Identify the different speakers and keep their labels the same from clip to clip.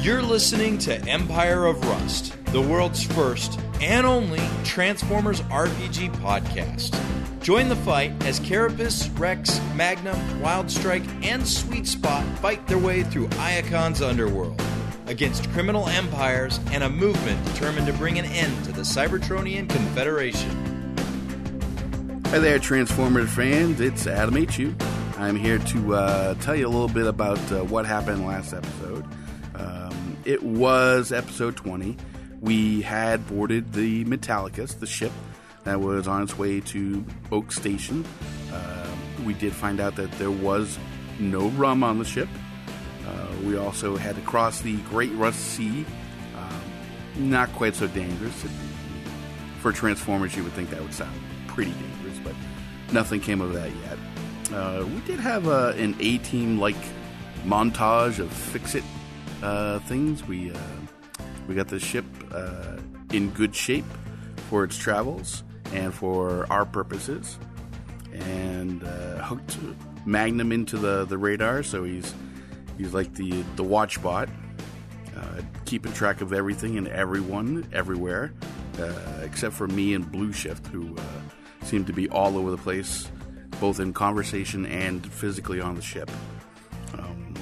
Speaker 1: You're listening to Empire of Rust, the world's first and only Transformers RPG podcast. Join the fight as Carapace, Rex, Magnum, Wildstrike, and Sweet Spot fight their way through Iacon's underworld against criminal empires and a movement determined to bring an end to the Cybertronian Confederation.
Speaker 2: Hey there, Transformers fans. It's Adam H. U. I'm here to uh, tell you a little bit about uh, what happened last episode. Um, it was episode 20. We had boarded the Metallicus, the ship that was on its way to Oak Station. Um, we did find out that there was no rum on the ship. Uh, we also had to cross the Great Rust Sea. Um, not quite so dangerous. For Transformers, you would think that would sound pretty dangerous, but nothing came of that yet. Uh, we did have uh, an A team like montage of fix it uh, things. We uh, we got the ship uh, in good shape for its travels and for our purposes, and uh, hooked Magnum into the, the radar, so he's he's like the the watch bot, uh, keeping track of everything and everyone everywhere, uh, except for me and Blue Shift, who uh, seem to be all over the place, both in conversation and physically on the ship. Um,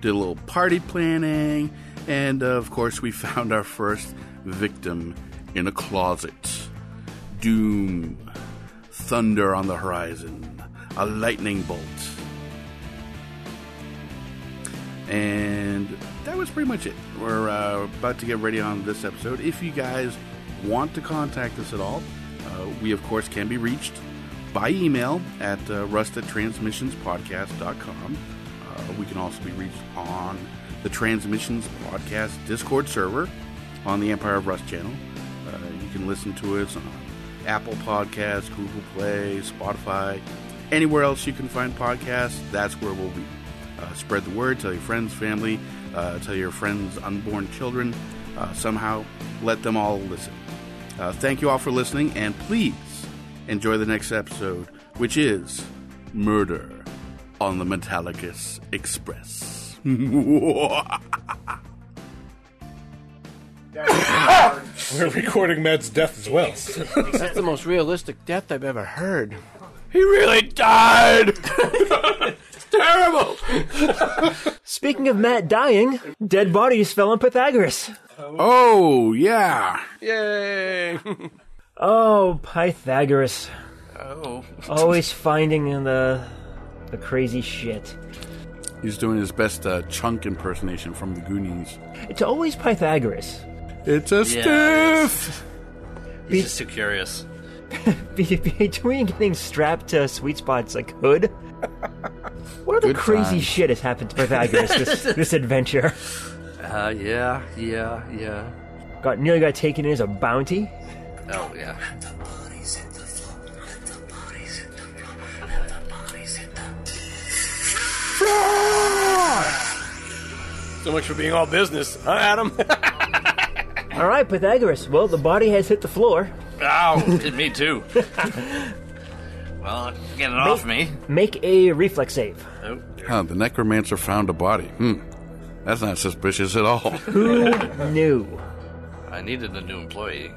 Speaker 2: did a little party planning, and uh, of course, we found our first victim in a closet. Doom, thunder on the horizon, a lightning bolt. And that was pretty much it. We're uh, about to get ready on this episode. If you guys want to contact us at all, uh, we of course can be reached by email at uh, rust at transmissionspodcast.com. Uh, we can also be reached on the Transmissions Podcast Discord server on the Empire of Rust channel. Uh, you can listen to us on Apple Podcasts, Google Play, Spotify, anywhere else you can find podcasts. That's where we'll be. Uh, spread the word, tell your friends, family, uh, tell your friends' unborn children. Uh, somehow, let them all listen. Uh, thank you all for listening, and please enjoy the next episode, which is Murder on the Metallicus Express.
Speaker 3: We're recording Matt's death as well.
Speaker 4: That's the most realistic death I've ever heard.
Speaker 3: He really died! Terrible!
Speaker 5: Speaking of Matt dying, dead bodies fell on Pythagoras.
Speaker 2: oh, yeah.
Speaker 3: Yay!
Speaker 5: Oh, Pythagoras.
Speaker 3: Oh.
Speaker 5: Always finding the the crazy shit.
Speaker 2: He's doing his best uh, chunk impersonation from the Goonies.
Speaker 5: It's always Pythagoras.
Speaker 2: It's a
Speaker 6: Yeah,
Speaker 2: stiff!
Speaker 6: He's just too curious.
Speaker 5: Be- Between getting strapped to Sweet Spot's like hood. What other
Speaker 2: Good
Speaker 5: crazy
Speaker 2: times.
Speaker 5: shit has happened to Pythagoras this, this adventure?
Speaker 6: Uh, yeah, yeah, yeah.
Speaker 5: Got nearly got taken in as a bounty.
Speaker 6: Oh, yeah.
Speaker 3: So much for being all business, huh, Adam?
Speaker 5: All right, Pythagoras. Well, the body has hit the floor.
Speaker 3: Ow!
Speaker 6: Did me too. well, get it off me.
Speaker 5: Make a reflex save.
Speaker 6: Oh,
Speaker 2: Huh, the necromancer found a body. Hmm. That's not suspicious at all.
Speaker 5: New.
Speaker 6: I needed a new employee.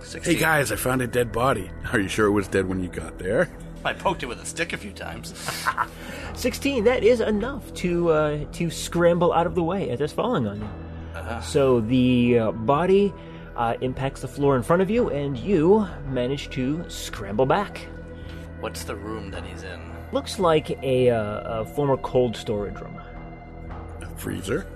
Speaker 6: 16.
Speaker 2: hey guys, I found a dead body. Are you sure it was dead when you got there?
Speaker 6: I poked it with a stick a few times.
Speaker 5: 16 that is enough to uh, to scramble out of the way as it's falling on you so the uh, body uh, impacts the floor in front of you and you manage to scramble back
Speaker 6: What's the room that he's in?
Speaker 5: looks like a, uh, a former cold storage room
Speaker 2: Freezer?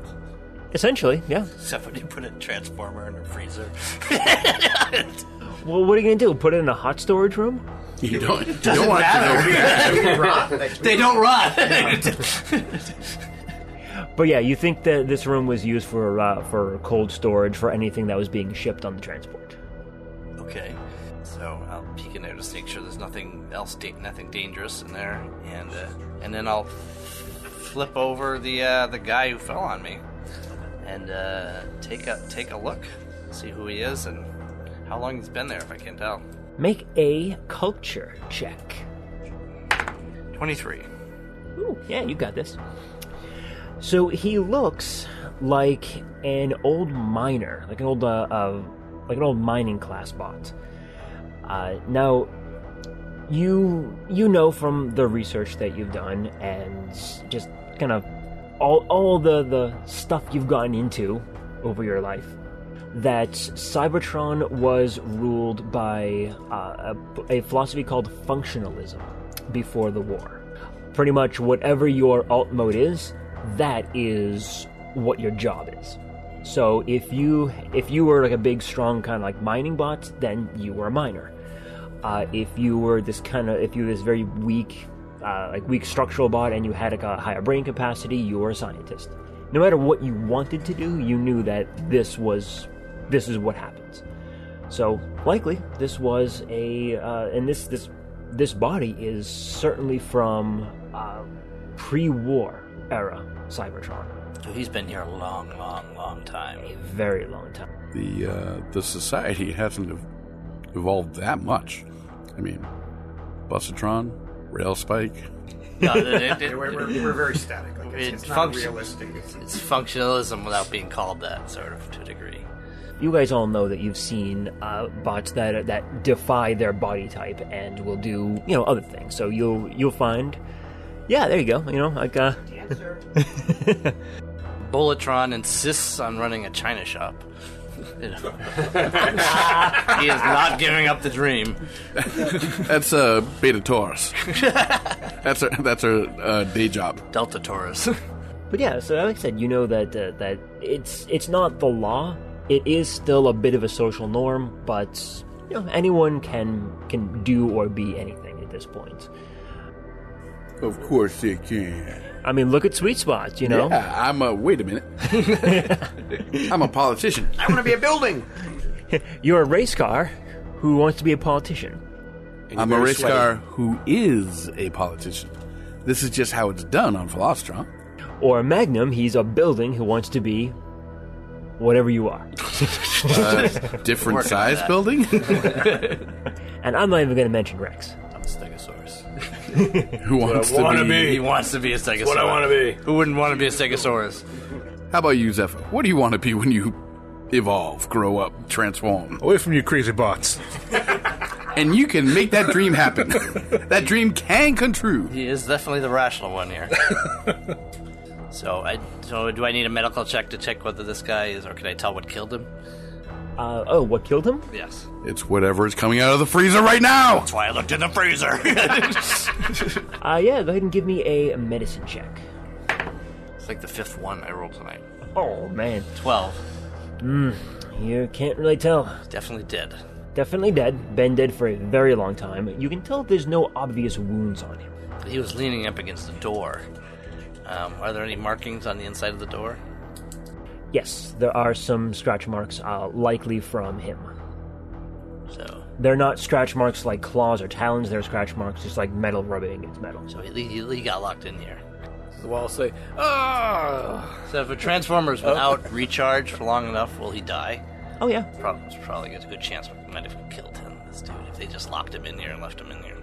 Speaker 5: essentially yeah
Speaker 6: Somebody put a transformer in a freezer.
Speaker 5: well what are you gonna do put it in a hot storage room
Speaker 2: You don't, you don't want to know.
Speaker 6: they don't rot!
Speaker 5: but yeah you think that this room was used for uh, for cold storage for anything that was being shipped on the transport
Speaker 6: okay, so I'll peek in there to make sure there's nothing else, da- nothing dangerous in there, and uh, and then I'll flip over the uh, the guy who fell on me, and uh, take a take a look, see who he is and how long he's been there if I can tell.
Speaker 5: make a culture check
Speaker 6: Twenty three.
Speaker 5: Ooh, yeah, you got this. So he looks like an old miner, like an old, uh, uh, like an old mining class bot. Uh, now, you you know from the research that you've done and just kind of all all the the stuff you've gotten into over your life that Cybertron was ruled by uh, a, a philosophy called functionalism before the war. Pretty much whatever your alt mode is, that is what your job is. So if you if you were like a big strong kind of like mining bot, then you were a miner. Uh, if you were this kind of if you were this very weak uh, like weak structural bot and you had like a higher brain capacity, you were a scientist. No matter what you wanted to do, you knew that this was this is what happens. So likely this was a uh, and this this this body is certainly from uh, pre-war era Cybertron,
Speaker 6: So he's been here a long, long, long
Speaker 5: a
Speaker 6: time.
Speaker 5: very long time.
Speaker 2: The uh, the society hasn't ev- evolved that much. I mean, Busatron, Rail Spike.
Speaker 6: No, it- it- it-
Speaker 7: We're, we're, we're very static. Like it's,
Speaker 6: It
Speaker 7: it's not
Speaker 6: functions-
Speaker 7: realistic. It's, it's,
Speaker 6: it's functionalism without being called that, sort of, to a degree.
Speaker 5: You guys all know that you've seen uh, bots that that defy their body type and will do you know other things. So you'll you'll find, yeah, there you go. You know, like uh,
Speaker 6: Bulletron insists on running a china shop. You know. he is not giving up the dream.
Speaker 2: That's uh, Beta Taurus. that's our that's our uh, day job.
Speaker 6: Delta Taurus.
Speaker 5: But yeah, so like I said, you know that uh, that it's it's not the law. It is still a bit of a social norm, but you know anyone can can do or be anything at this point.
Speaker 2: Of course they can.
Speaker 5: I mean, look at sweet spots. You know,
Speaker 2: Yeah, I'm a. Wait a minute. I'm a politician.
Speaker 7: I want to be a building.
Speaker 5: you're a race car who wants to be a politician.
Speaker 2: I'm a race car who is a politician. This is just how it's done on Velocitron.
Speaker 5: Or Magnum, he's a building who wants to be whatever you are.
Speaker 2: Different
Speaker 6: Working on
Speaker 2: size
Speaker 6: that.
Speaker 2: building.
Speaker 5: And I'm not even going to mention Rex.
Speaker 6: I'm a Stegosaurus.
Speaker 2: who wants to
Speaker 3: wanna
Speaker 2: be?
Speaker 3: be.
Speaker 6: He wants to be a Stegosaurus.
Speaker 3: What I want to be.
Speaker 6: Who wouldn't want to be a Stegosaurus?
Speaker 2: How about you, Zephyr? What do you want to be when you evolve, grow up, transform?
Speaker 8: Away from you crazy bots.
Speaker 2: And you can make that dream happen. that dream can come true.
Speaker 6: He is definitely the rational one here. so, I, so do I need a medical check to check whether this guy is, or can I tell what killed him?
Speaker 5: Uh, oh, what killed him?
Speaker 6: Yes.
Speaker 2: It's whatever is coming out of the freezer right now.
Speaker 6: That's why I looked in the freezer.
Speaker 5: Uh, yeah, go ahead and give me a medicine check.
Speaker 6: it's like the fifth one I rolled tonight.
Speaker 5: Oh, man.
Speaker 6: Twelve.
Speaker 5: You can't really tell.
Speaker 6: Definitely dead.
Speaker 5: Definitely dead. Been dead for a very long time. You can tell there's no obvious wounds on him.
Speaker 6: He was leaning up against the door. Um, are there any markings on the inside of the door?
Speaker 5: Yes, there are some scratch marks, uh, likely from him.
Speaker 6: So,
Speaker 5: They're not scratch marks like claws or talons, they're scratch marks just like metal rubbing against metal.
Speaker 6: so he, he, he got locked in here.
Speaker 3: The wall say, ah! Oh.
Speaker 6: So if a transformer's without recharge for long enough, will he die?
Speaker 5: Oh, yeah.
Speaker 6: Probably, there's probably a good chance we might have killed him, this dude, if they just locked him in here and left him in here.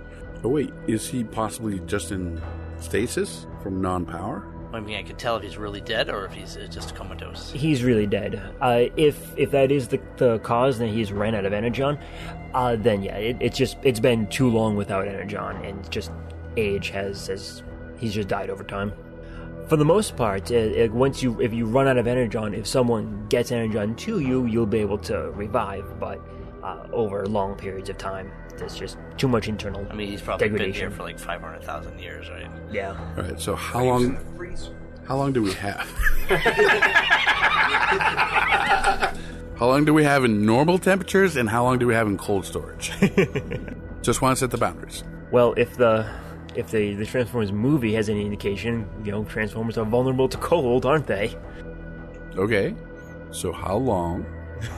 Speaker 2: Oh, wait. Is he possibly just in stasis from non power?
Speaker 6: I mean, I could tell if he's really dead or if he's uh, just comatose.
Speaker 5: He's really dead. Uh, if if that is the, the cause, then he's ran out of energon. Uh, then yeah, it, it's just it's been too long without energon, and just age has has he's just died over time. For the most part, uh uh, once you if you run out of energon, if someone gets energon to you, you'll be able to revive. But uh, over long periods of time, there's just too much internal.
Speaker 6: I mean, he's probably been
Speaker 5: degradation.
Speaker 6: here for like 500,000 years, right?
Speaker 5: yeah.
Speaker 2: All right, so how long. How long do we have? how long do we have in normal temperatures, and how long do we have in cold storage? just want to set the boundaries.
Speaker 5: Well, if the if the, the Transformers movie has any indication, you know, Transformers are vulnerable to cold, aren't they?
Speaker 2: Okay. So how long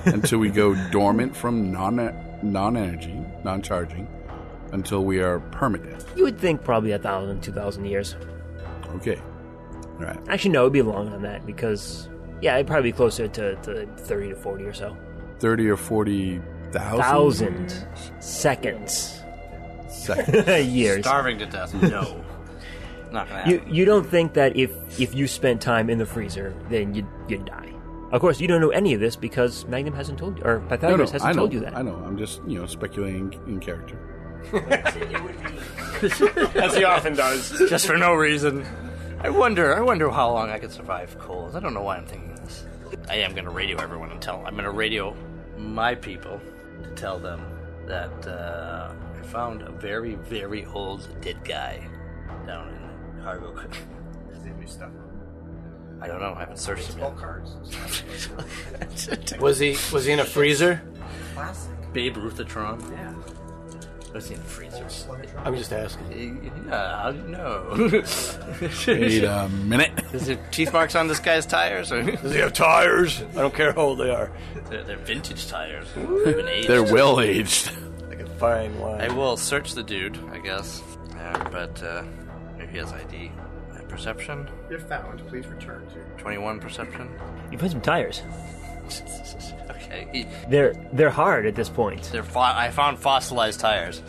Speaker 2: until we go dormant from non non energy, non charging, until we are permanent?
Speaker 5: You would think probably a thousand, two thousand years.
Speaker 2: Okay. All right.
Speaker 5: Actually, no, it'd be longer than that because, yeah, it'd probably be closer to, to 30 to 40 or so.
Speaker 2: Thirty or forty thousand
Speaker 5: Thousand seconds.
Speaker 2: seconds.
Speaker 5: years.
Speaker 6: Starving to death, no. Not gonna
Speaker 5: You
Speaker 6: happen.
Speaker 5: you don't think that if if you spent time in the freezer, then you'd you'd die. Of course, you don't know any of this because Magnum hasn't told you, or
Speaker 2: No, no,
Speaker 5: Pythagoras
Speaker 2: I
Speaker 5: hasn't
Speaker 2: know,
Speaker 5: told you that.
Speaker 2: I know. I'm just you know speculating in character.
Speaker 3: As he often does.
Speaker 6: Just for no reason. I wonder. I wonder how long I could survive cold. I don't know why I'm thinking this. I am gonna radio everyone and tell. I'm gonna radio my people to tell them that uh, I found a very, very old dead guy down in cargo. Country.
Speaker 7: Does he have any stuff?
Speaker 6: I don't know. I haven't searched him
Speaker 7: Baseball cards. and stuff.
Speaker 6: yet.
Speaker 4: Was he was he in a freezer?
Speaker 7: Classic.
Speaker 6: Babe Ruthatron.
Speaker 7: Yeah.
Speaker 6: What's he in the freezer?
Speaker 4: I'm just asking.
Speaker 6: Yeah, how do you know?
Speaker 2: Wait a minute.
Speaker 6: Is there teeth marks on this guy's tires? Or
Speaker 4: Does he have tires? I don't care how old they are.
Speaker 6: they're, they're vintage tires. They've been aged.
Speaker 2: They're well aged.
Speaker 4: I can find one.
Speaker 6: I will search the dude, I guess. Uh, but uh, maybe he has ID. Uh, perception?
Speaker 7: If found, please return to.
Speaker 6: 21 perception?
Speaker 5: You put some tires.
Speaker 6: okay. he-
Speaker 5: They're they're hard at this point.
Speaker 6: they're fo- I found fossilized tires.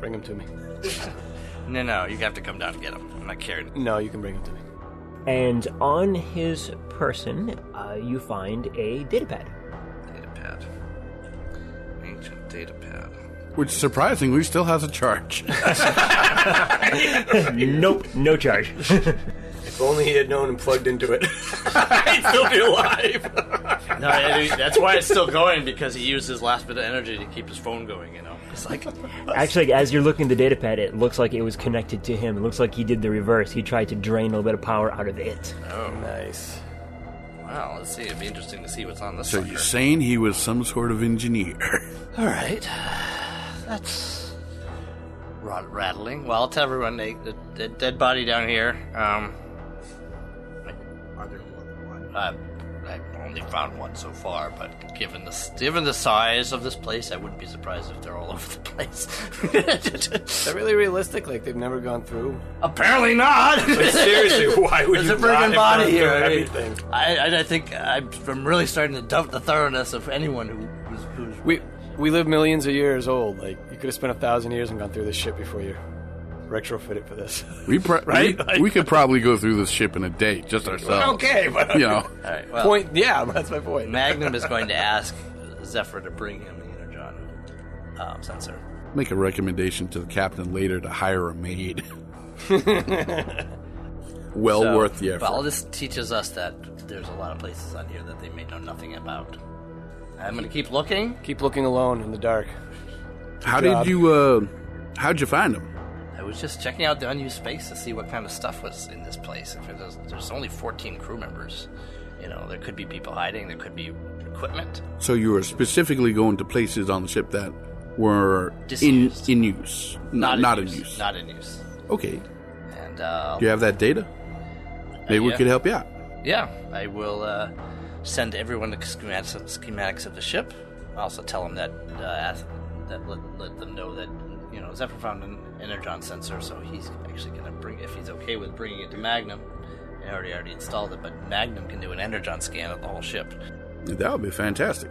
Speaker 4: bring him to me.
Speaker 6: No, no, you have to come down and get them. I'm not carrying
Speaker 4: No, you can bring him to me.
Speaker 5: And on his person, uh, you find a data pad.
Speaker 6: Data pad. Ancient data pad.
Speaker 2: Which surprisingly still has a charge.
Speaker 5: nope, no charge.
Speaker 4: If only he had known and plugged into it.
Speaker 6: I'd still be alive. no, I- that's why it's still going because he used his last bit of energy to keep his phone going. You know, it's like
Speaker 5: Actually, as you're looking at the data pad, it looks like it was connected to him. It looks like he did the reverse. He tried to drain a little bit of power out of it.
Speaker 4: Oh. nice.
Speaker 6: wow. Let's see. It'd be interesting to see what's on this.
Speaker 2: so
Speaker 6: sucker.
Speaker 2: you're saying he was some sort of engineer?
Speaker 6: All right, that's rot- rattling. Well, I'll tell everyone they, the, the dead body down here. Um,
Speaker 7: Are there more than one?
Speaker 6: I've, I've only found one so far, but given the s- given the size of this place, I wouldn't be surprised if they're all over the place.
Speaker 4: Is that really realistic? Like they've never gone through.
Speaker 6: Apparently not.
Speaker 3: Seriously, why would
Speaker 6: There's
Speaker 3: you
Speaker 6: a
Speaker 3: not
Speaker 6: friggin' body
Speaker 3: burn
Speaker 6: here.
Speaker 3: through
Speaker 6: I mean,
Speaker 3: everything?
Speaker 6: I, I, I think I'm, I'm really starting to doubt the thoroughness of anyone who who's, who's
Speaker 4: We we live millions of years old. Like you could have spent a thousand years and gone through this shit before you retrofit it for this.
Speaker 2: We pro-
Speaker 4: Right?
Speaker 2: We, we could probably go through this ship in a day, just ourselves.
Speaker 4: okay, but
Speaker 2: You know,
Speaker 6: All right, well,
Speaker 4: point. Yeah, that's my point.
Speaker 6: Magnum is going to ask Zephyr to bring him the energon um, sensor.
Speaker 2: make a recommendation to the captain later to hire a maid. well
Speaker 6: So-
Speaker 2: worth the effort.
Speaker 6: Well, this teaches us that there's a lot of places on here that they may know nothing about. I'm going to keep looking.
Speaker 4: Keep looking alone in the dark.
Speaker 2: How
Speaker 4: job.
Speaker 2: did you? Uh, how'd you find him?
Speaker 6: I was just checking out the unused space to see what kind of stuff was in this place. If there's, there's only 14 crew members, you know, there could be people hiding. There could be equipment.
Speaker 2: So you were specifically going to places on the ship that were in
Speaker 6: Disused.
Speaker 2: in use, N- not in use.
Speaker 6: Not in use.
Speaker 2: okay,
Speaker 6: And uh,
Speaker 2: do you have that data? Maybe we
Speaker 6: yeah.
Speaker 2: could help you out.
Speaker 6: Yeah, I will uh, send everyone the schematics, schematics of the ship. I also tell them that uh, ask- that let, let them know that you know Zephyr found an energon sensor, so he's actually going to bring if he's okay with bringing it to Magnum. I already already installed it, but Magnum can do an energon scan of the whole ship.
Speaker 2: That would be fantastic.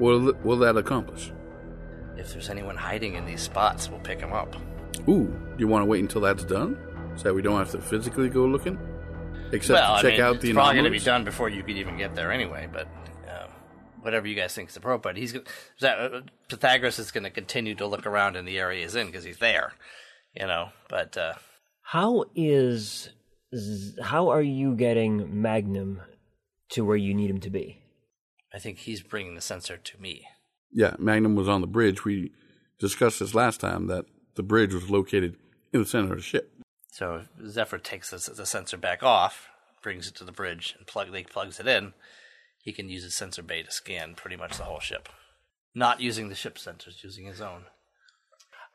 Speaker 2: Will will that accomplish?
Speaker 6: If there's anyone hiding in these spots, we'll pick them up.
Speaker 2: Ooh, do you want to wait until that's done so that we don't have to physically go looking? Except
Speaker 6: well,
Speaker 2: to check
Speaker 6: I mean,
Speaker 2: out
Speaker 6: it's
Speaker 2: the
Speaker 6: probably to be
Speaker 2: anomalies?
Speaker 6: done before you could even get there anyway. But uh, whatever you guys think is appropriate, he's go- that uh, Pythagoras is going to continue to look around in the area he's in because he's there, you know. But uh,
Speaker 5: How is z- how are you getting Magnum to where you need him to be?
Speaker 6: I think he's bringing the sensor to me.
Speaker 2: Yeah, Magnum was on the bridge. We discussed this last time that the bridge was located in the center of the ship.
Speaker 6: So if Zephyr takes the, the sensor back off, brings it to the bridge, and plug they plugs it in. He can use his sensor bay to scan pretty much the whole ship, not using the ship's sensors, using his own.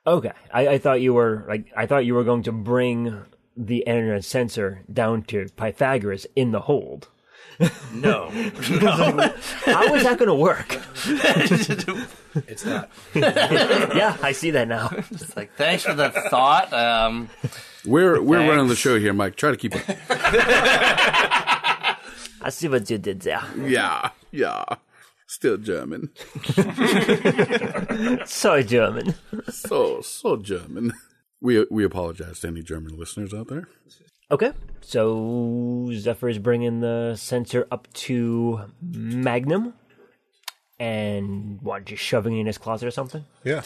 Speaker 5: Okay, I, I thought you were like I thought you were going to bring the energon sensor down to Pythagoras in the hold.
Speaker 6: No,
Speaker 5: How is that going to work?
Speaker 4: It's not.
Speaker 5: yeah, I see that now.
Speaker 6: it's like thanks for the thought. Um,
Speaker 2: We're we're running the show here, Mike. Try to keep it.
Speaker 5: I see what you did there.
Speaker 2: yeah, yeah. Still German.
Speaker 5: So German.
Speaker 2: So so German. We we apologize to any German listeners out there.
Speaker 5: Okay, so Zephyr's bringing the sensor up to Magnum, and what? Just shoving it in his closet or something?
Speaker 8: Yeah.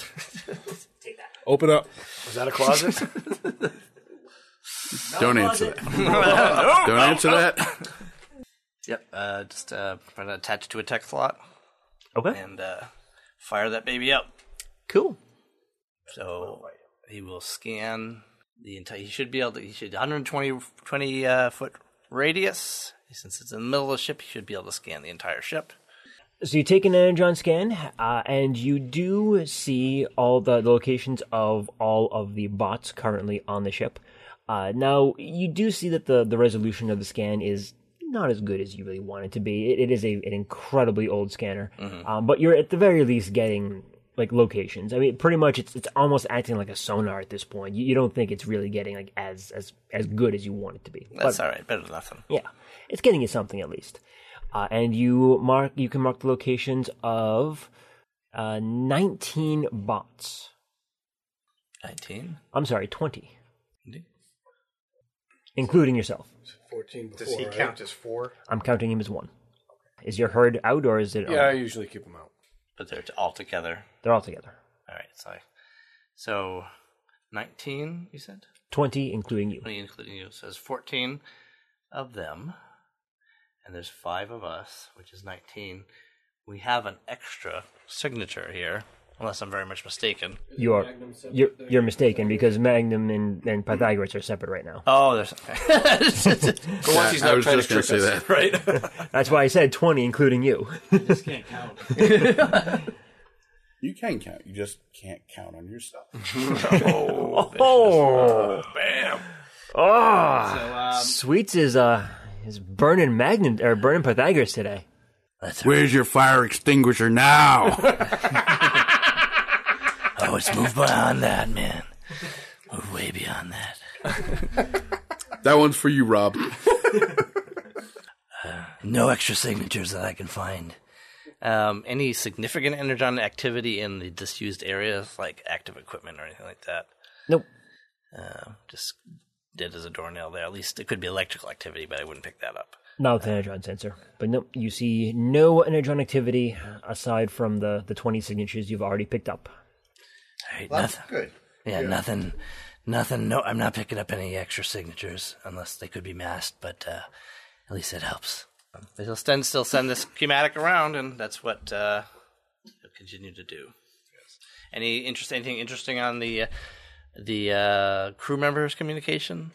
Speaker 8: Open up.
Speaker 4: Is that a closet?
Speaker 2: Don't answer that. Don't answer that.
Speaker 6: Yep. Uh, just uh, trying to attach it to a tech slot
Speaker 5: Okay,
Speaker 6: and uh, fire that baby up.
Speaker 5: cool.
Speaker 6: So he will scan the entire. He should be able to. He should 120 20, uh, foot radius. Since it's in the middle of the ship, he should be able to scan the entire ship.
Speaker 5: So you take an energon scan, uh, and you do see all the, the locations of all of the bots currently on the ship. Uh, now you do see that the, the resolution of the scan is not as good as you really want it to be. It, it is a, an incredibly old scanner, um, but you're at the very least getting like locations. I mean, pretty much it's it's almost acting like a sonar at this point. You, you don't think it's really getting like as as as good as you want it to be. But-
Speaker 6: That's all right. Better than nothing.
Speaker 5: yeah, it's getting you something at least. Uh, and you mark you can mark the locations of uh, 19 bots.
Speaker 6: 19.
Speaker 5: I'm sorry, 20, including yourself.
Speaker 4: 14 before,
Speaker 7: Does he count as four?
Speaker 5: I'm counting him as one. Is your herd out or is it?
Speaker 4: Yeah, I usually keep them out.
Speaker 6: But they're all together.
Speaker 5: they're all together.
Speaker 6: All right. So, I- so 19, you said?
Speaker 5: 20, including you.
Speaker 6: me including you. So there's 14 of them, and there's five of us, which is 19. We have an extra signature here, unless I'm very much mistaken.
Speaker 5: You're you're, you're mistaken because Magnum and, and Pythagoras are separate right now.
Speaker 6: Oh, there's
Speaker 3: For once, he's
Speaker 2: I
Speaker 3: not
Speaker 2: was
Speaker 3: trying to trick
Speaker 2: just going to
Speaker 3: us.
Speaker 2: say that.
Speaker 6: right.
Speaker 5: That's why I said 20, including you.
Speaker 2: You can count. You just can't count on yourself.
Speaker 5: Oh, bam! Oh, Sweets is uh is burning Magnum or burning Pythagoras today.
Speaker 2: Where's your fire extinguisher now?
Speaker 6: Oh, it's moved beyond that, man. Moved way beyond that.
Speaker 2: that one's for you, Rob.
Speaker 6: No extra signatures that I can find. Um, any significant energon activity in the disused areas, like active equipment or anything like that?
Speaker 5: Nope.
Speaker 6: Uh, just dead as a doornail there. At least it could be electrical activity, but I wouldn't pick that up.
Speaker 5: Not with the energon sensor, but nope. You see no energon activity aside from the the twenty signatures you've already picked up.
Speaker 6: All right,
Speaker 7: That's
Speaker 6: nothing.
Speaker 7: good.
Speaker 6: Yeah, nothing. Nothing. No, I'm not picking up any extra signatures unless they could be masked, but uh, at least it helps. They'll send, still send this schematic around, and that's what uh, they'll continue to do. Any interest, anything interesting on the uh, the uh, crew members' communication?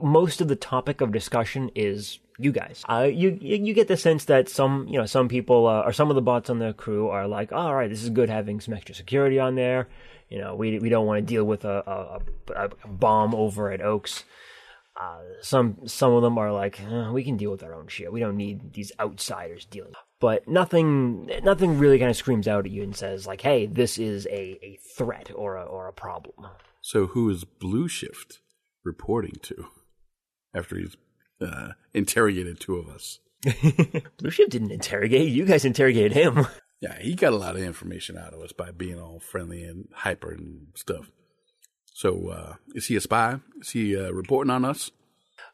Speaker 5: most of the topic of discussion is you guys. Uh, you you you get the sense that some you know some people uh, or some of the bots on the crew are like, all right, this is good having some extra security on there. You know, we we don't want to deal with a a, a, a bomb over at Oaks. Uh, some some of them are like, "Eh, we can deal with our own shit. We don't need these outsiders dealing. But nothing nothing really kind of screams out at you and says like, hey, this is a, a threat or a, or a problem.
Speaker 2: So who is Blue Shift reporting to after he's uh, interrogated two of us?
Speaker 5: Blue Shift didn't interrogate you guys. Interrogated him.
Speaker 2: Yeah, he got a lot of information out of us by being all friendly and hyper and stuff. So uh, is he a spy? Is he uh, reporting on us?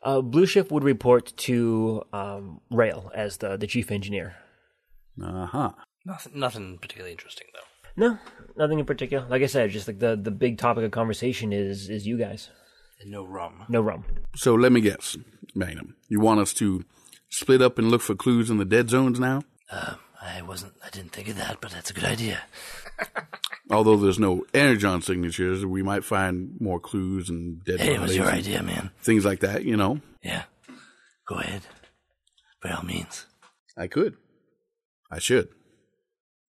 Speaker 5: Uh, Blue Shift would report to um, Rail as the, the chief engineer.
Speaker 2: Uh huh.
Speaker 6: Nothing, nothing particularly interesting, though.
Speaker 5: No, nothing in particular. Like I said, just like the, the big topic of conversation is is you guys.
Speaker 6: And no rum.
Speaker 5: No rum.
Speaker 2: So let me guess, Magnum. You want us to split up and look for clues in the dead zones now?
Speaker 6: I wasn't. I didn't think of that, but that's a good idea.
Speaker 2: Although there's no energon signatures, we might find more clues and dead
Speaker 6: Hey, it was
Speaker 2: bodies
Speaker 6: your
Speaker 2: and
Speaker 6: idea, man.
Speaker 2: things like that. You know,
Speaker 6: Yeah. Go ahead. By all means.
Speaker 2: I could, I should,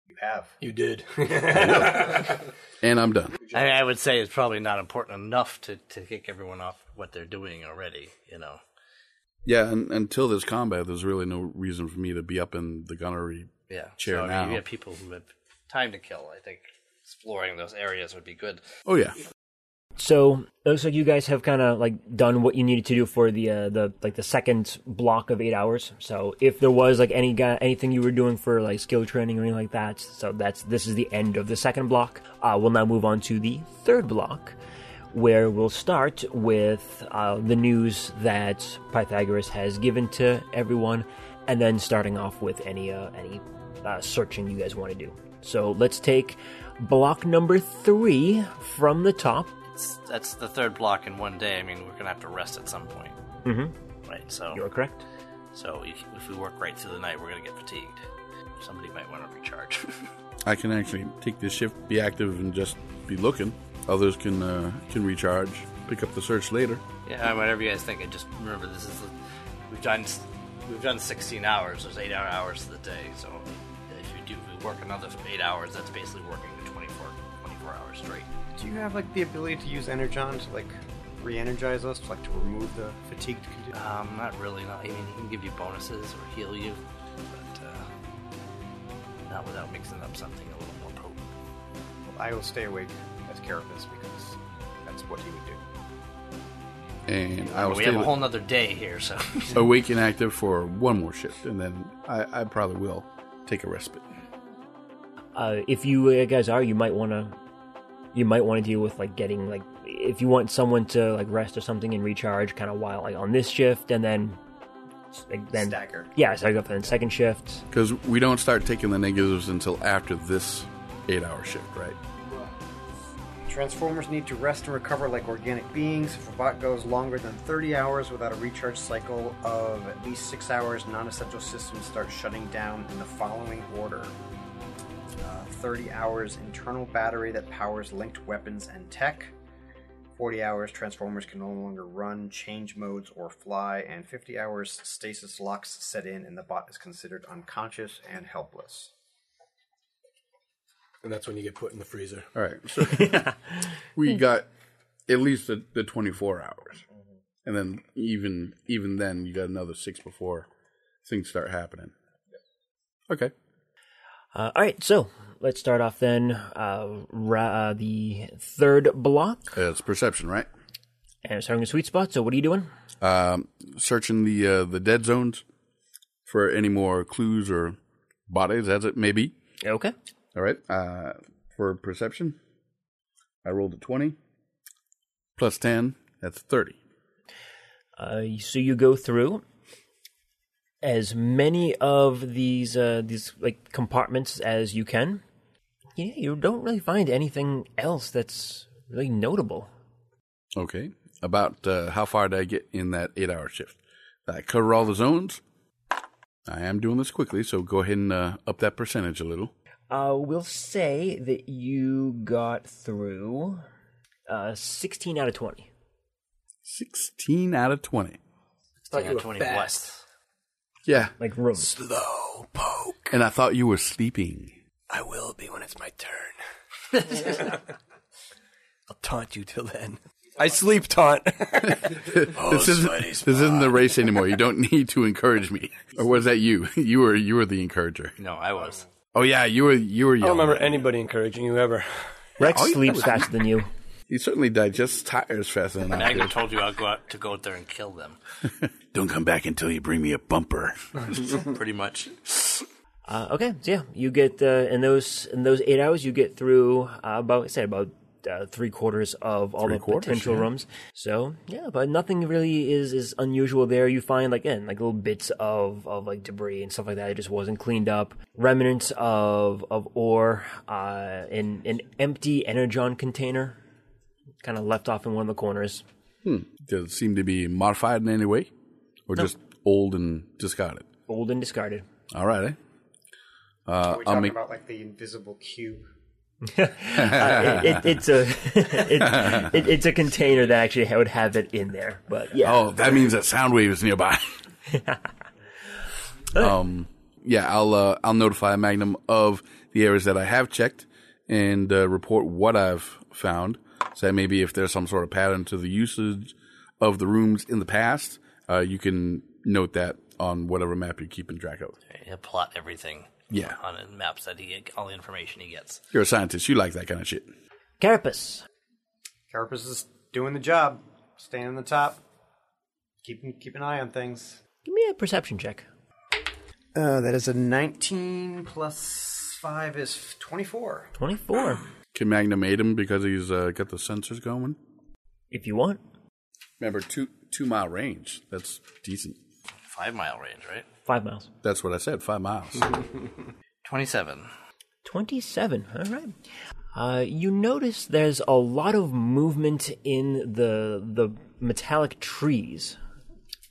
Speaker 7: You have.
Speaker 4: You did.
Speaker 2: and I'm done.
Speaker 6: I, mean, I would say it's probably not important enough to, to kick everyone off what they're doing already, you know.
Speaker 2: Yeah, and, until there's combat, there's really no reason for me to be up in the gunnery.
Speaker 6: Yeah.
Speaker 2: Chair
Speaker 6: so, I mean,
Speaker 2: now.
Speaker 6: You have people who have time to kill. I think exploring those areas would be good.
Speaker 2: Oh yeah,
Speaker 5: So it looks like you guys have kind of like done what you needed to do for the uh, the like the second block of eight hours. So if there was like any guy anything you were doing for like skill training or anything like that, so that's this is the end of the second block. Uh, we'll now move on to the third block, where we'll start with uh, the news that Pythagoras has given to everyone, and then starting off with any uh, any uh, searching you guys want to do. So let's take block number three from the top.
Speaker 6: It's, that's the third block in one day. I mean, we're gonna have to rest at some point,
Speaker 5: Mm-hmm.
Speaker 6: right? So
Speaker 5: You're correct.
Speaker 6: So if if we work right through the night, we're gonna get fatigued. Somebody might want to recharge.
Speaker 2: I can actually take this shift, be active, and just be looking. Others can uh, can recharge, pick up the search later.
Speaker 6: yeah, whatever you guys think. I just remember this is the, we've done s- we've done 16 hours. There's eight hour hours to the day. So if you do if we work another eight hours, that's basically working the 24 24 hours straight.
Speaker 7: Do you have like the ability to use energon to like re-energize us, like to remove the fatigued condition?
Speaker 6: Um, not really. Not. I mean, he can give you bonuses or heal you, but uh, not without mixing up something a little more potent.
Speaker 7: Well, I will stay awake as Carapace because that's what he would do.
Speaker 2: And I will stay
Speaker 6: we have a
Speaker 2: with-
Speaker 6: whole nother day here, so
Speaker 2: awake and active for one more shift, and then I, I probably will take a respite.
Speaker 5: Uh, if you uh, guys are, you might want to you might want to deal with like getting like if you want someone to like rest or something and recharge kind of while like on this shift and then like, then
Speaker 7: Stagger.
Speaker 5: Yeah, stagger up and then second shift.
Speaker 2: Because we don't start taking the negatives until after this eight hour shift, right?
Speaker 7: Transformers need to rest and recover like organic beings. If a bot goes longer than 30 hours without a recharge cycle of at least six hours, non-essential systems start shutting down in the following order. Uh, 30 hours internal battery that powers linked weapons and tech. 40 hours transformers can no longer run, change modes, or fly. And 50 hours stasis locks set in and the bot is considered unconscious and helpless.
Speaker 8: And that's when you get put in the freezer.
Speaker 2: All right. So we got at least the, the 24 hours. And then even even then, you got another six before things start happening. Okay.
Speaker 5: Uh, all right, so let's start off then uh, ra- uh, the third block
Speaker 2: Uh, it's perception, right?
Speaker 5: and starting with sweet spot. So what are you doing?
Speaker 2: Um, searching the uh, the dead zones for any more clues or bodies, as it may be.
Speaker 5: Okay.
Speaker 2: All right. Uh, for perception, I rolled a 20 plus 10. That's 30.
Speaker 5: Uh, so you go through as many of these uh, these like compartments as you can. Yeah, you don't really find anything else that's really notable.
Speaker 2: Okay. About uh, how far did I get in that eight hour shift? Did I cover all the zones. I am doing this quickly, so go ahead and uh, up that percentage a little.
Speaker 5: Uh, we'll say that you got through uh, sixteen out of twenty.
Speaker 2: 16 out of 20.
Speaker 8: Thought you were
Speaker 6: 20
Speaker 8: fast.
Speaker 6: west.
Speaker 2: Yeah.
Speaker 5: Like rooms.
Speaker 8: Slow poke.
Speaker 2: And I thought you were sleeping.
Speaker 8: I will be when it's my turn. I'll taunt you till then. I sleep taunt. Oh,
Speaker 2: this isn't, this isn't the race anymore. You don't need to encourage me. Or was that you? You were you were the encourager.
Speaker 6: No, I was.
Speaker 2: Oh yeah, you were you were
Speaker 4: I don't
Speaker 2: yelling.
Speaker 4: remember anybody encouraging you ever.
Speaker 5: Rex
Speaker 2: Oh, yeah.
Speaker 5: sleeps faster than you.
Speaker 2: He certainly digests tires faster than I do.
Speaker 6: Magnum told you I'll go out to go out there and kill them.
Speaker 2: Don't come back until you bring me a bumper.
Speaker 6: Pretty much.
Speaker 5: Uh, okay, so yeah, you get uh, in those in those eight hours, you get through uh, about say about uh, three quarters of all the
Speaker 2: quarters,
Speaker 5: potential
Speaker 2: yeah.
Speaker 5: rooms. So yeah, but nothing really is is unusual there. You find like again like little bits of of like debris and stuff like that. It just wasn't cleaned up. Remnants of of ore uh, in an empty energon container, kind of left off in one of the corners.
Speaker 2: Does it seem to be modified in any way, or just old and discarded?
Speaker 5: Old and discarded.
Speaker 2: All right, eh?
Speaker 7: Are
Speaker 2: Uh,
Speaker 7: we
Speaker 2: I'll
Speaker 7: talking
Speaker 2: make-
Speaker 7: about like the invisible cube?
Speaker 5: Uh, it, it, it's a it, it, it's a container that actually would have it in there. But yeah,
Speaker 2: Oh, that means that sound wave is nearby. um, yeah, I'll uh, I'll notify Magnum of the areas that I have checked and uh, report what I've found. So that maybe if there's some sort of pattern to the usage of the rooms in the past, uh, you can note that on whatever map you're keeping track of.
Speaker 6: He'll plot everything
Speaker 2: Yeah,
Speaker 6: on the maps that he all the information he gets.
Speaker 2: you're a scientist. You like that kind of shit.
Speaker 5: Carapace.
Speaker 7: Carapace is doing the job, staying on the top, keep keep an eye on things.
Speaker 5: Give me a perception check.
Speaker 7: Uh, that is a 19 plus 5 is 24.
Speaker 5: 24.
Speaker 2: Can Magnum aid him because he's uh, got the sensors going?
Speaker 5: If you want.
Speaker 2: Remember, two two mile range. That's decent.
Speaker 6: Five mile range, right?
Speaker 5: Five miles.
Speaker 2: That's what I said. Five miles.
Speaker 6: 27.
Speaker 5: 27. All right. Uh, you notice there's a lot of movement in the the metallic trees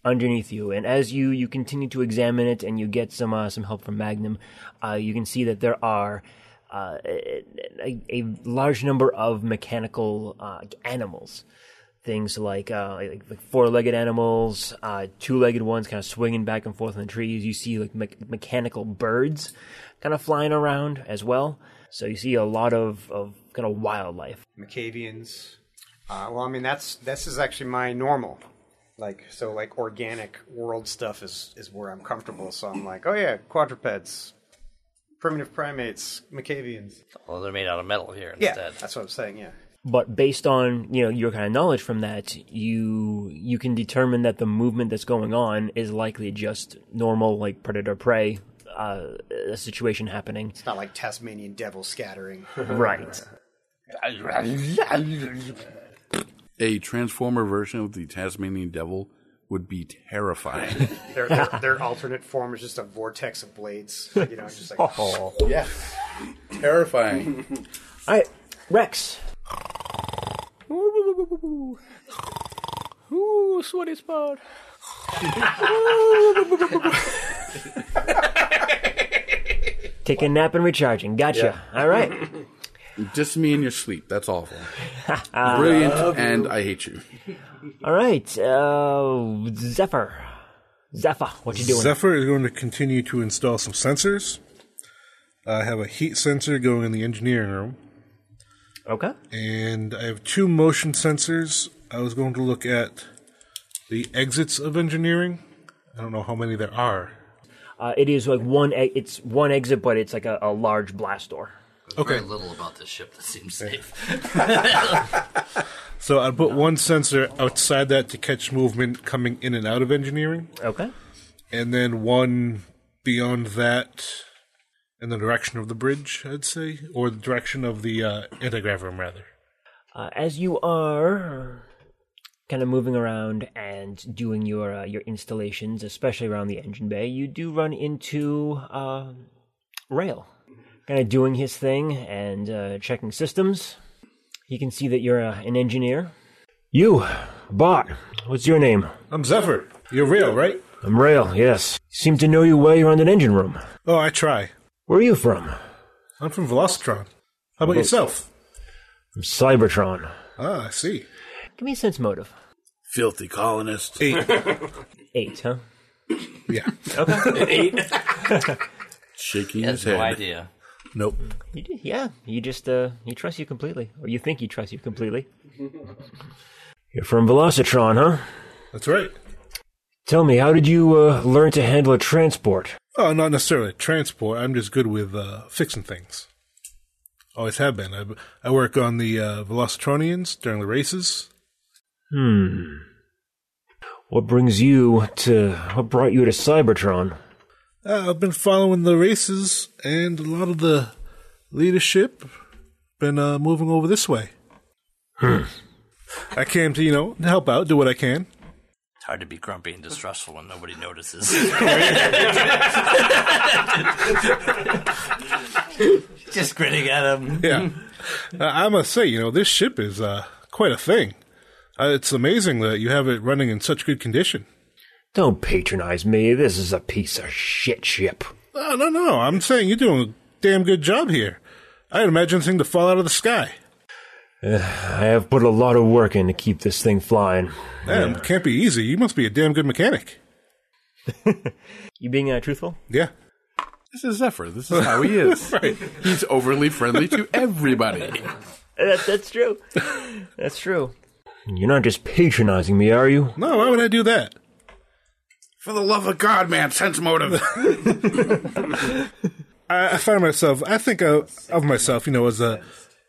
Speaker 5: underneath you, and as you you continue to examine it and you get some uh, some help from Magnum, uh, you can see that there are. Uh, a, a large number of mechanical uh, animals things like uh, like, like four-legged animals, uh, two-legged ones kind of swinging back and forth in the trees. You see like me- mechanical birds kind of flying around as well. So you see a lot of, of kind of wildlife.
Speaker 7: Macavians. Uh, well, I mean that's this is actually my normal, like so like organic world stuff is is where I'm comfortable. So I'm like, oh yeah, quadrupeds, primitive primates, Macavians.
Speaker 6: Well, they're made out of metal here
Speaker 7: Yeah,
Speaker 6: instead.
Speaker 7: that's what I'm saying. Yeah.
Speaker 5: But based on you know your kind of knowledge from that, you you can determine that the movement that's going on is likely just normal like predator prey uh, uh, situation happening.
Speaker 7: It's not like Tasmanian devil scattering.
Speaker 5: Right.
Speaker 2: A transformer version of the Tasmanian Devil would be terrifying.
Speaker 7: their, their, their alternate form is just a vortex of blades. Like, you know, just like
Speaker 5: Oh.
Speaker 2: yeah, terrifying.
Speaker 5: All right, Rex.
Speaker 4: Ooh, sweaty spot.
Speaker 5: Take a nap and recharging. Gotcha. All right.
Speaker 2: Just me in your sleep. That's awful. Brilliant, and I hate you.
Speaker 5: All right, uh, Zephyr. Zephyr, what you doing?
Speaker 9: Zephyr is going to continue to install some sensors. I have a heat sensor going in the engineering room,
Speaker 5: Okay.
Speaker 9: and I have two motion sensors. I was going to look at the exits of engineering. I don't know how many there are.
Speaker 5: Uh, it is like one. E- it's one exit, but it's like a, a large blast door.
Speaker 9: Okay,
Speaker 6: Very little about this ship that seems safe.
Speaker 9: so I put one sensor outside that to catch movement coming in and out of engineering,
Speaker 5: Okay.
Speaker 9: and then one beyond that in the direction of the bridge, I'd say, or the direction of the uh, antigrav room, rather.
Speaker 5: Uh, as you are kind of moving around and doing your uh, your installations, especially around the engine bay, you do run into uh, Rail, kind of doing his thing and uh, checking systems. He can see that you're uh, an engineer. You, Bart. What's your name?
Speaker 9: I'm Zephyr. You're real, right?
Speaker 5: I'm Rail, yes. Seem to know you well around an engine room.
Speaker 9: Oh, I try.
Speaker 5: Where are you from?
Speaker 9: I'm from Velocitron. How about yourself?
Speaker 5: From Cybertron.
Speaker 9: Ah, I see.
Speaker 5: Give me a sense motive.
Speaker 2: Filthy colonist.
Speaker 9: Eight.
Speaker 5: Eight, huh?
Speaker 9: yeah.
Speaker 2: Shaking
Speaker 6: He
Speaker 2: his
Speaker 6: has no
Speaker 2: head.
Speaker 6: idea.
Speaker 9: Nope.
Speaker 5: You do, yeah, you just, uh, he trusts you completely. Or you think he trusts you completely. You're from Velocitron, huh?
Speaker 9: That's right.
Speaker 5: Tell me, how did you, uh, learn to handle a transport?
Speaker 9: Oh, not necessarily transport. I'm just good with uh, fixing things. Always have been. I, I work on the uh, Velocitronians during the races.
Speaker 5: Hmm. What brings you to, what brought you to Cybertron?
Speaker 9: Uh, I've been following the races and a lot of the leadership. Been uh, moving over this way. I came to you know help out, do what I can.
Speaker 6: It's hard to be grumpy and distrustful when nobody notices. Just grinning at him.
Speaker 9: Yeah, uh, I must say, you know, this ship is uh, quite a thing. Uh, it's amazing that you have it running in such good condition.
Speaker 5: Don't patronize me. This is a piece of shit ship.
Speaker 9: No, no, no. I'm saying you're doing a damn good job here. I'd imagine this thing to fall out of the sky.
Speaker 5: I have put a lot of work in to keep this thing flying.
Speaker 9: Damn, can't be easy. You must be a damn good mechanic.
Speaker 5: You being uh, truthful?
Speaker 9: Yeah.
Speaker 2: This is Zephyr. This is how he is. He's overly friendly to everybody.
Speaker 5: That, that's true. That's true. You're not just patronizing me, are you?
Speaker 9: No, why would I do that?
Speaker 2: For the love of God, man, sense motive.
Speaker 9: I, I find myself, I think of, of myself, you know, as a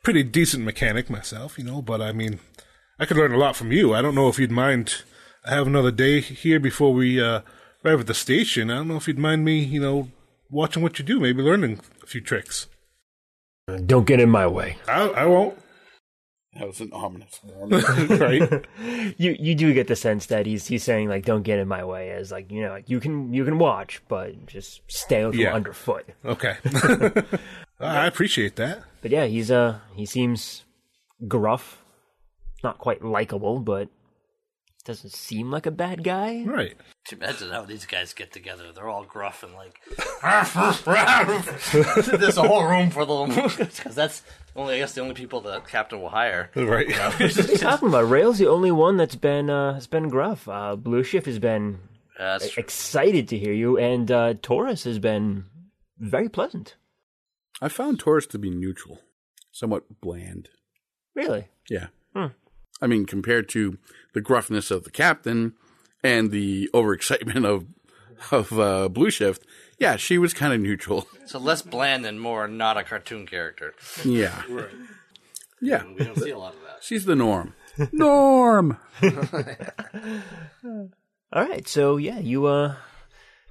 Speaker 9: pretty decent mechanic myself, you know, but I mean, I could learn a lot from you. I don't know if you'd mind. I have another day here before we uh, arrive at the station. I don't know if you'd mind me, you know, watching what you do, maybe learning a few tricks.
Speaker 5: Don't get in my way.
Speaker 9: I, I won't.
Speaker 2: That was an ominous warning.
Speaker 5: right? You you do get the sense that he's he's saying like, don't get in my way, as like you know like, you can you can watch, but just stay from
Speaker 9: Yeah.
Speaker 5: underfoot.
Speaker 9: Okay. I appreciate that.
Speaker 5: But yeah, he's uh he seems gruff, not quite likable, but doesn't seem like a bad guy.
Speaker 9: Right.
Speaker 6: To imagine how these guys get together, they're all gruff and like. There's a whole room for them because that's only I guess the only people the captain will hire.
Speaker 9: Right.
Speaker 5: What are you talking about? Rail's the only one that's been uh, has been gruff. Uh, Blue Shift has been
Speaker 6: Uh, that's
Speaker 5: e- excited to hear you, and uh, Taurus has been very pleasant.
Speaker 2: I found Taurus to be neutral, somewhat bland.
Speaker 5: Really?
Speaker 2: Yeah.
Speaker 5: Hmm.
Speaker 2: I mean, compared to the gruffness of the captain and the overexcitement of of uh, Blue Shift, yeah, she was kind of neutral.
Speaker 6: So less bland and more not a cartoon character.
Speaker 2: Yeah.
Speaker 6: Right.
Speaker 2: Yeah.
Speaker 6: We don't see a lot of that.
Speaker 2: She's the norm. Norm.
Speaker 5: All right, so yeah, you uh,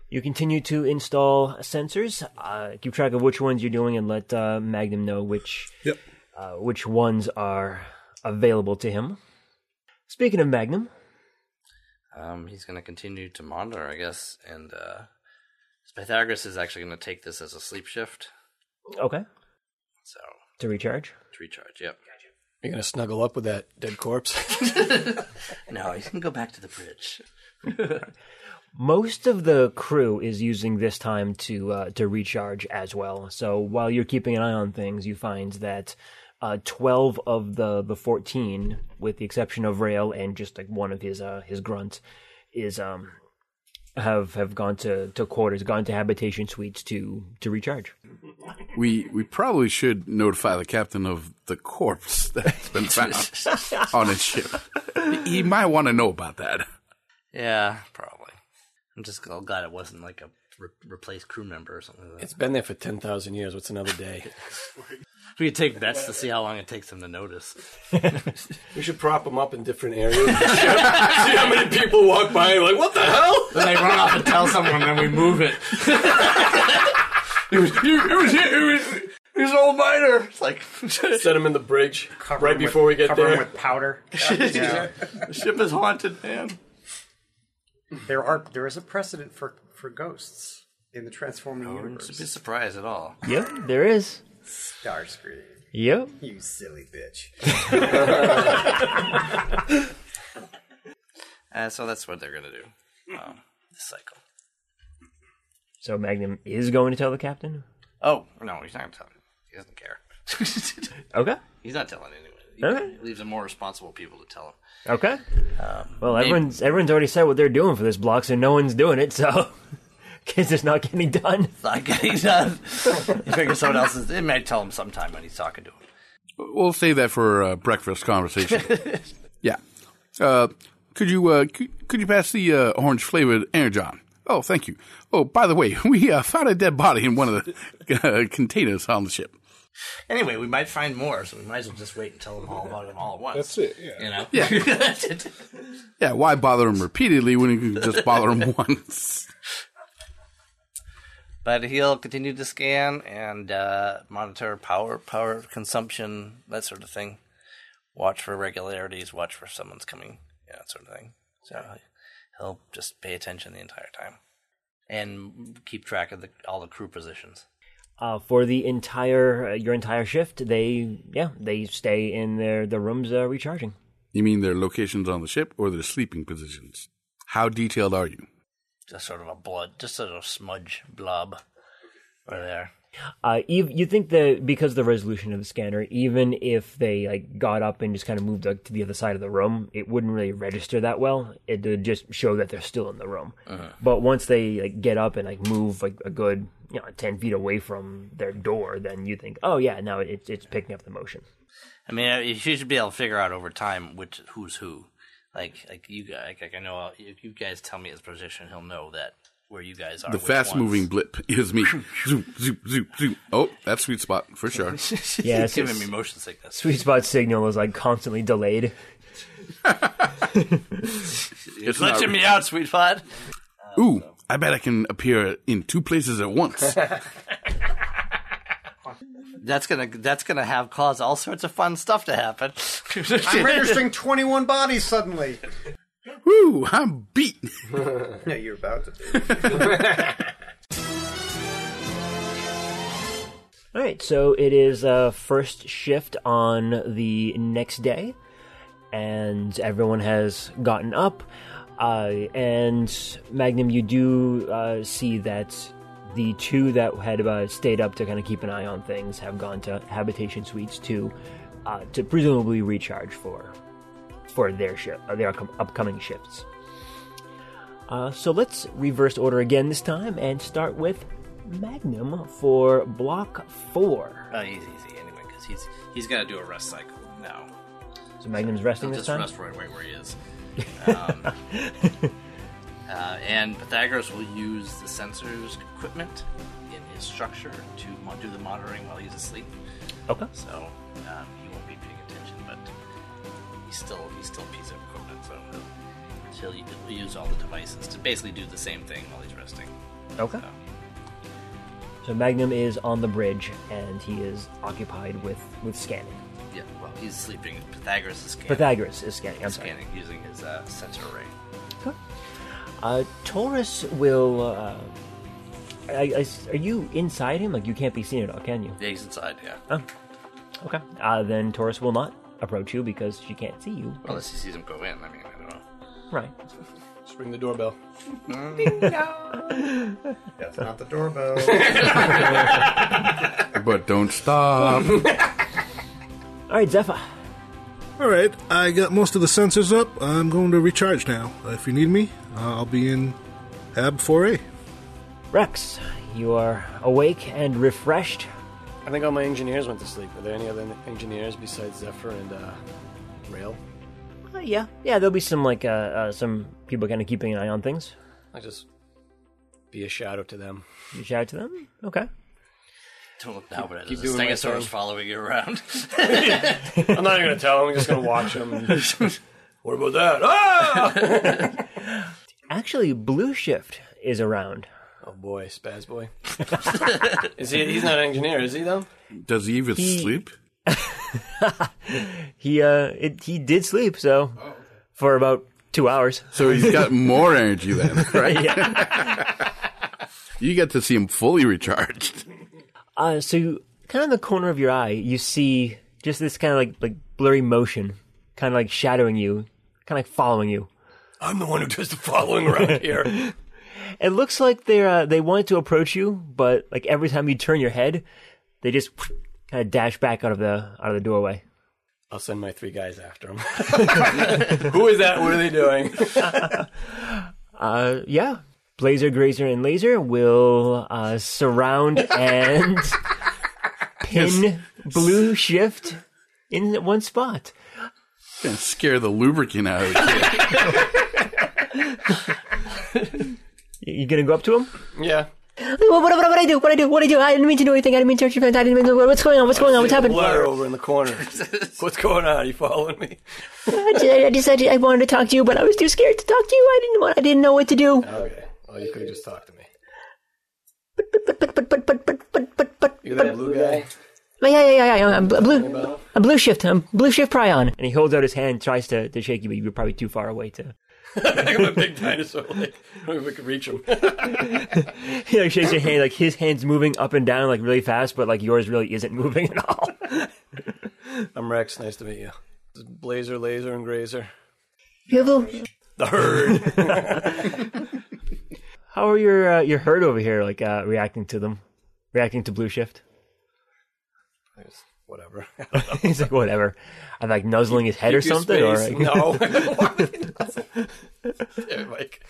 Speaker 5: you continue to install sensors. Uh, keep track of which ones you're doing, and let uh, Magnum know which
Speaker 9: Yep.
Speaker 5: uh, which ones are available to him. Speaking of Magnum,
Speaker 6: Um, he's going to continue to monitor, I guess, and uh, Pythagoras is actually going to take this as a sleep shift.
Speaker 5: okay,
Speaker 6: So
Speaker 5: to recharge.
Speaker 6: to recharge, yep.
Speaker 4: You're gonna snuggle up with that dead corpse.
Speaker 6: No, he's going to go back to the bridge.
Speaker 5: Most of the crew is using this time to uh, to recharge as well. So while you're keeping an eye on things, you find that uh, twelve of the the fourteen, with the exception of Rail and just like one of his uh, his grunt, is um have have gone to to quarters, gone to habitation suites to to recharge.
Speaker 2: We we probably should notify the captain of the corpse that's been found on his ship. He might want to know about that.
Speaker 6: Yeah, probably. I'm just gl- glad it wasn't like a re- replaced crew member or something like that.
Speaker 4: it's been there for ten thousand years. What's another day?
Speaker 6: we could take bets to see how long it takes them to notice.
Speaker 4: We should prop them up in different areas. see how many people walk by and like, what the hell?
Speaker 6: Then they run off and tell someone, and then we move it.
Speaker 4: It was, it was, it was,
Speaker 6: It was old miner. It's like
Speaker 4: Set them in the bridge
Speaker 7: Cover
Speaker 4: right
Speaker 7: him with-
Speaker 4: before we get
Speaker 7: cover him
Speaker 4: there.
Speaker 7: with powder.
Speaker 6: the ship is haunted, man.
Speaker 7: There are there is a precedent for for ghosts in the transforming
Speaker 6: Wouldn't be
Speaker 7: universe.
Speaker 6: surprised at all.
Speaker 5: Yep, there is.
Speaker 7: Starscream,
Speaker 5: Yep.
Speaker 7: you silly bitch.
Speaker 6: Uh, so that's what they're gonna do. Um, this cycle.
Speaker 5: So Magnum is going to tell the captain.
Speaker 6: Oh no, he's not gonna tell. He doesn't care.
Speaker 5: Okay.
Speaker 6: he's not telling anyone. He
Speaker 5: Okay.
Speaker 6: leaves them more responsible people to tell him.
Speaker 5: Okay. well, everyone's everyone's already said what they're doing for this block, so no one's doing it. So, because it's not getting done.
Speaker 6: It's not getting done. he figures someone else is. It might tell him sometime when he's talking to him.
Speaker 2: We'll save that for uh, breakfast conversation. yeah. Uh, could you uh, could, could you pass the uh, orange flavored energon? Oh, thank you. Oh, by the way, we uh, found a dead body in one of the uh, containers on the ship.
Speaker 6: Anyway, we might find more, so we might as well just wait and tell them all about them all at once.
Speaker 9: That's it, yeah.
Speaker 6: You know.
Speaker 2: Yeah, why bother him repeatedly when you can just bother him once?
Speaker 6: But he'll continue to scan and uh, monitor power, power consumption, that sort of thing. Watch for irregularities. Watch for someone's coming, you know, that sort of thing. So he'll just pay attention the entire time and keep track of the, all the crew positions.
Speaker 5: Uh, for the entire uh, your entire shift, they yeah they stay in their the rooms uh, recharging.
Speaker 2: You mean their locations on the ship or their sleeping positions? How detailed are you?
Speaker 6: Just sort of a blood, just sort of smudge blob right there.
Speaker 5: Uh, ev- you think that because of the resolution of the scanner, even if they like got up and just kind of moved like, to the other side of the room, it wouldn't really register that well. It would just show that they're still in the room. But once they like get up and like move like a good you know ten feet away from their door, then you think, oh yeah, now it, it's picking up the motion.
Speaker 6: I mean, uh, you should be able to figure out over time which who's who. Like, like you guys, like I know if you guys tell me his position, he'll know that where you guys are.
Speaker 2: The
Speaker 6: which
Speaker 2: fast moving
Speaker 6: ones.
Speaker 2: blip is me. zoop, zoop, zoop, zoop. Oh, that's sweet spot for sure.
Speaker 5: Yeah,
Speaker 6: He's
Speaker 5: it's-
Speaker 6: giving me motion sickness.
Speaker 5: Sweet spot signal is like constantly delayed.
Speaker 6: You're
Speaker 2: It's not-
Speaker 6: glitching me out, sweet spot.
Speaker 2: Ooh, I bet I can appear in two places at once.
Speaker 6: that's gonna that's gonna have cause all sorts of fun stuff to happen.
Speaker 7: I'm registering 21 bodies suddenly.
Speaker 2: Woo, I'm beat.
Speaker 7: yeah, you're about to.
Speaker 5: All right, so it is uh, first shift on the next day, and everyone has gotten up. Uh, and Magnum, you do uh, see that the two that had uh, stayed up to kind of keep an eye on things have gone to habitation suites to uh, to presumably recharge for for their shift, uh, their upcom- upcoming shifts. Uh, so let's reverse order again this time and start with Magnum for block four.
Speaker 6: Uh, he's easy anyway because he's he's gonna do a rest cycle now.
Speaker 5: So Magnum's resting
Speaker 6: He'll
Speaker 5: this
Speaker 6: just
Speaker 5: time.
Speaker 6: rest right, right where he is. Um, uh, and Pythagoras will use the sensor's equipment in his structure to mo- do the monitoring while he's asleep.
Speaker 5: Okay.
Speaker 6: So um, he won't be paying attention, but he's still he's still a piece of equipment. So he'll, he'll, he'll use all the devices to basically do the same thing while he's resting.
Speaker 5: Okay. So Magnum is on the bridge and he is occupied with with scanning.
Speaker 6: Yeah. Well, he's sleeping. Pythagoras is scanning.
Speaker 5: Pythagoras is scanning. I'm sorry.
Speaker 6: scanning using his uh, sensor array.
Speaker 5: Uh, Taurus will. Uh, I, I, are you inside him? Like you can't be seen at all, can you?
Speaker 6: Yeah, he's inside. Yeah.
Speaker 5: Oh. Okay. Uh, then Taurus will not approach you because she can't see you.
Speaker 6: Unless he sees him go in. I mean, I don't know.
Speaker 5: Right.
Speaker 4: Just ring the doorbell.
Speaker 7: That's not the doorbell.
Speaker 2: but don't stop.
Speaker 5: All right, Zephyr.
Speaker 9: All right, I got most of the sensors up. I'm going to recharge now. If you need me, uh, I'll be in Hab 4A.
Speaker 5: Rex, you are awake and refreshed.
Speaker 4: I think all my engineers went to sleep. Are there any other engineers besides Zephyr and uh, Rail?
Speaker 5: Uh, yeah, yeah. There'll be some like uh, uh, some people kind of keeping an eye on things.
Speaker 4: I just be a shadow to them.
Speaker 5: You shout out to them. Okay.
Speaker 6: Don't look now, but
Speaker 4: keep
Speaker 6: there's a
Speaker 4: doing my
Speaker 6: Stegosaurus
Speaker 4: thing.
Speaker 6: following you around.
Speaker 4: I'm not even gonna tell them. I'm just gonna watch them. what about that? Ah!
Speaker 5: Actually, Blue Shift is around.
Speaker 4: Oh boy, Spaz boy. is he? He's not an engineer, is he though?
Speaker 2: Does he even sleep?
Speaker 5: He uh, it, he did sleep so for about two hours.
Speaker 2: So he's got more energy then, right? you get to see him fully recharged.
Speaker 5: Uh, so you- kind of in the corner of your eye, you see just this kind of like like blurry motion, kind of like shadowing you, kind of like following you.
Speaker 8: I'm the one who does the following around here.
Speaker 5: It looks like they're uh, they wanted to approach you, but like every time you turn your head, they just kind of dash back out of the out of the doorway.
Speaker 4: I'll send my three guys after him. Who is that? What are they doing?
Speaker 5: Uh, yeah. Blazer, Grazer, and Laser will uh, surround and pin Blue Shift in one spot.
Speaker 2: Gonna scare the lubricant out of you.
Speaker 5: Y- You gonna go up to him?
Speaker 4: yeah.
Speaker 10: What, what, what, what I do? What I do? What I do? I didn't mean to do anything. I didn't mean to hurt your friends. I didn't mean to. What's going on? What's going on? What's happening?
Speaker 4: Blur over in the corner. What's going on? Are you following me?
Speaker 10: I just, I just, I just- I wanted to talk to you, but I was too scared to talk to you. I didn't want. I didn't know what to do.
Speaker 4: Okay. Well, you could have just talked to me.
Speaker 10: But, but, but, but, but, but, but, but, but.
Speaker 4: You're that blue guy.
Speaker 10: Yeah, yeah, yeah, yeah. I'm bl- blue. I'm blue shift. I'm blue shift prion.
Speaker 5: And he holds out his hand, tries to, to shake you, but you're probably too far away to.
Speaker 4: I'm a big dinosaur. Like, I don't know if we could reach him.
Speaker 5: He like shakes your hand, like his hand's moving up and down like really fast, but like yours really isn't moving at all.
Speaker 4: I'm Rex. Nice to meet you. This is Blazer, Laser, and Grazer.
Speaker 10: You have a-
Speaker 4: The herd.
Speaker 5: How are your uh, your herd over here like uh, reacting to them, reacting to Blue Shift?
Speaker 4: It's Whatever.
Speaker 5: He's like whatever. I'm like nuzzling his head or
Speaker 4: Keep your
Speaker 5: something. Or
Speaker 4: space.
Speaker 5: like,
Speaker 4: no. Yeah, like,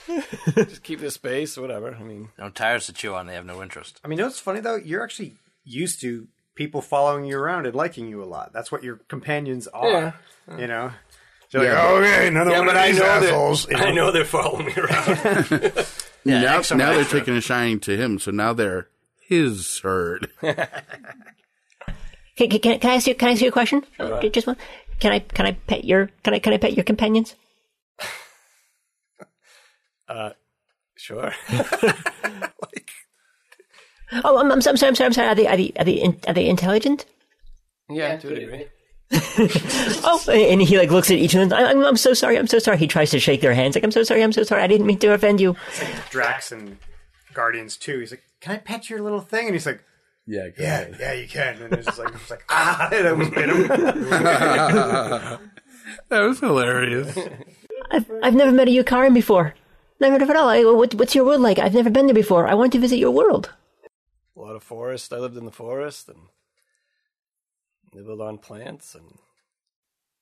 Speaker 4: just keep this space. Whatever. I mean,
Speaker 6: no tires to chew on. They have no interest.
Speaker 7: I mean, you know what's funny though? You're actually used to people following you around and liking you a lot. That's what your companions are. You know, They're like,
Speaker 9: Yeah.
Speaker 7: okay, another one of these assholes. you know?
Speaker 4: I know they're following me around.
Speaker 2: now
Speaker 6: extra,
Speaker 2: now they're
Speaker 6: extra.
Speaker 2: taking a shine to him, so now they're his herd.
Speaker 10: Can, can, can I ask you? Can I ask you a question? Ju- Just one. Can I? Can I pet your? Can I? Can I pet your companions?
Speaker 4: Sure. like,
Speaker 10: Oh, I'm, I'm sorry. I'm sorry. I'm sorry. Are they are they are they, in, are they intelligent?
Speaker 4: Yeah, to a degree.
Speaker 10: Oh, and he like looks at each of them. I'm, I'm so sorry. I'm so sorry. He tries to shake their hands. Like I'm so sorry. I'm so sorry. I didn't mean to offend you.
Speaker 7: "Oh, Drax and Guardians too. He's like, "Can I pet your little thing?" And he's like,
Speaker 2: "Yeah,
Speaker 7: yeah, yeah, you can." And it's just like, it's like, ah, and I was bit him.
Speaker 2: that was hilarious.
Speaker 10: I've I've never met a Yukaran before. Never, never at all. I, what, what's your world like? I've never been there before. I want to visit your world.
Speaker 4: A lot of forest. I lived in the forest and nibbled on plants and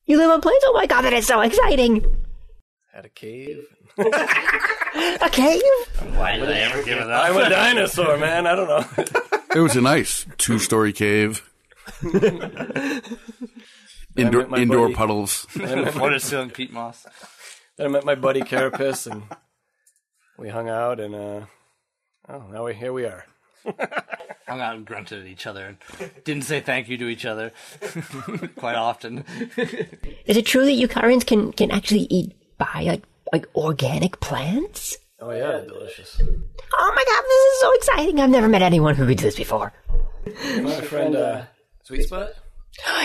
Speaker 10: You live on planes? Oh my god, that is so exciting.
Speaker 4: had a cave.
Speaker 10: Okay.
Speaker 6: Why did I ever give it up?
Speaker 4: I'm a dinosaur, man. I don't know.
Speaker 2: It was a nice two story cave. indoor
Speaker 4: met my
Speaker 2: indoor
Speaker 4: buddy.
Speaker 2: puddles.
Speaker 6: what is doing peat moss?
Speaker 4: Then I met my buddy Carapace, and we hung out, and uh, oh, now we here we are.
Speaker 6: Hung out and grunted at each other. and Didn't say thank you to each other quite often.
Speaker 10: Is it true that Yukarans can can actually eat by like like organic plants?
Speaker 4: Oh yeah, they're delicious.
Speaker 10: Oh my god, this is so exciting. I've never met anyone who could do this before.
Speaker 4: My friend, uh, Sweet Spot.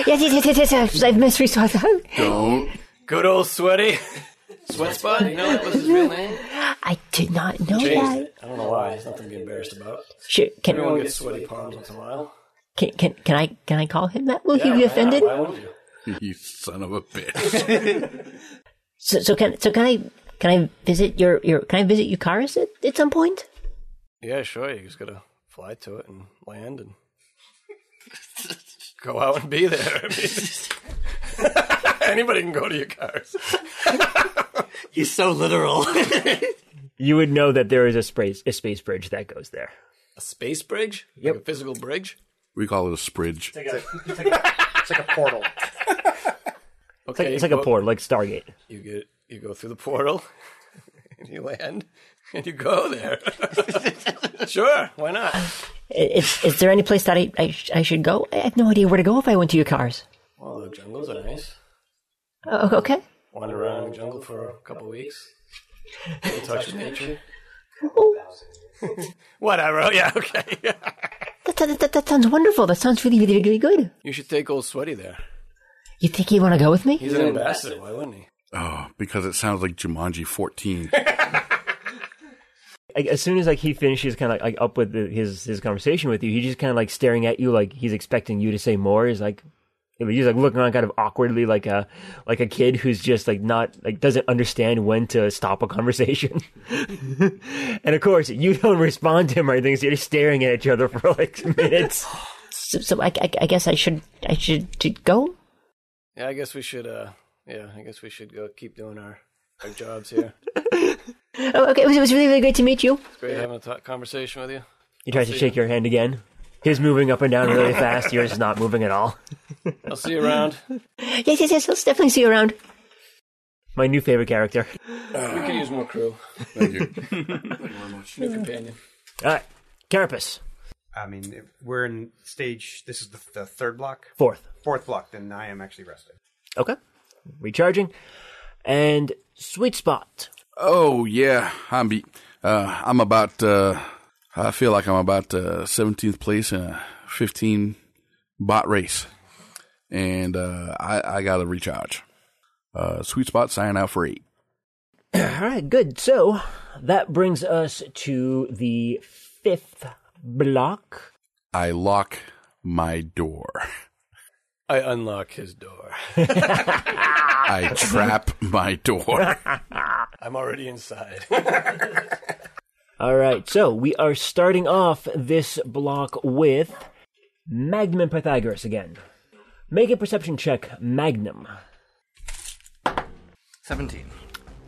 Speaker 10: Yes, yes, yes, yes, yes. I've- I've missed resource.
Speaker 2: Don't.
Speaker 4: Good old sweaty. Sweat Spot. You know that was his real name.
Speaker 10: I did not know
Speaker 4: Changed
Speaker 10: that.
Speaker 4: it. I don't know why. It's nothing to be embarrassed about.
Speaker 10: Sure, can,
Speaker 4: Everyone gets sweaty palms once in a while.
Speaker 10: can can can I can I call him that? Will he be
Speaker 4: Yeah,
Speaker 10: offended?
Speaker 4: Why wouldn't you?
Speaker 2: you son of a bitch.
Speaker 10: So, so can so can I can I visit your your can I visit Yukaris at, at some point?
Speaker 4: Yeah, sure. You just gotta fly to it and land and go out and be there. I mean, Anybody can go to your cars.
Speaker 6: You're so literal.
Speaker 5: You would know that there is a space a space bridge that goes there.
Speaker 4: A space bridge? Like a physical bridge?
Speaker 2: We call it a spridge.
Speaker 7: It's like a portal.
Speaker 5: It's like,
Speaker 4: Okay,
Speaker 5: it's like a
Speaker 4: go-
Speaker 5: port, like Stargate.
Speaker 4: You get you go through the portal and you land and you go there. sure, why not?
Speaker 10: I- Is, is there any place that I I, sh- I should go? I have no idea where to go if I went to Yukaris.
Speaker 4: Well, the jungles are nice.
Speaker 10: Oh, okay.
Speaker 4: Wander around in the jungle for a couple weeks. Get in touch with nature. Whatever. Yeah. Okay.
Speaker 10: That, that, that, that sounds wonderful. That sounds really, really, really good.
Speaker 4: you should take old sweaty there.
Speaker 10: You think you want to go with me?
Speaker 4: He's an ambassador. Why wouldn't he?
Speaker 2: Oh, because it sounds like Jumanji 14.
Speaker 5: Like, as soon as like he finishes, kind of like up with the, his his conversation with you, he's just kind of like staring at you, like he's expecting you to say more. He's like, he's like looking around kind of awkwardly, like a like a kid who's just like not like doesn't understand when to stop a conversation. and of course, you don't respond to him or anything, so you're just staring at each other for like minutes.
Speaker 10: So, so I, I, I guess I should I should, should go.
Speaker 4: Yeah, I guess we should. uh Yeah, I guess we should go keep doing our our jobs here.
Speaker 10: Oh, okay. It was, it was really, really great to meet you.
Speaker 4: It's great having a t- conversation with you.
Speaker 5: He tries to shake your hand again. He's moving up and down really fast. Yours is not moving at all.
Speaker 4: I'll see you around.
Speaker 10: Yes, yes, yes. Let's definitely see you around.
Speaker 5: My new favorite character.
Speaker 4: We could use more crew.
Speaker 2: Thank you.
Speaker 4: New companion.
Speaker 5: All right, Carapace,
Speaker 7: I mean, if we're in stage. This is the, the third block,
Speaker 5: fourth.
Speaker 7: fourth block. Then I am actually rested.
Speaker 5: Okay. Recharging. And sweet spot.
Speaker 2: Oh yeah, I'm be, uh, I'm about. Uh, I feel like I'm about uh, seventeenth place in a fifteen bot race, and uh, I, I got to recharge. Uh, sweet spot sign out for eight.
Speaker 5: All right, good. So that brings us to the fifth block.
Speaker 2: I lock my door.
Speaker 4: I unlock his door.
Speaker 2: I trap my door.
Speaker 4: I'm already inside.
Speaker 5: All right, so we are starting off this block with Magnum and Pythagoras again. Make a perception check, Magnum.
Speaker 6: 17.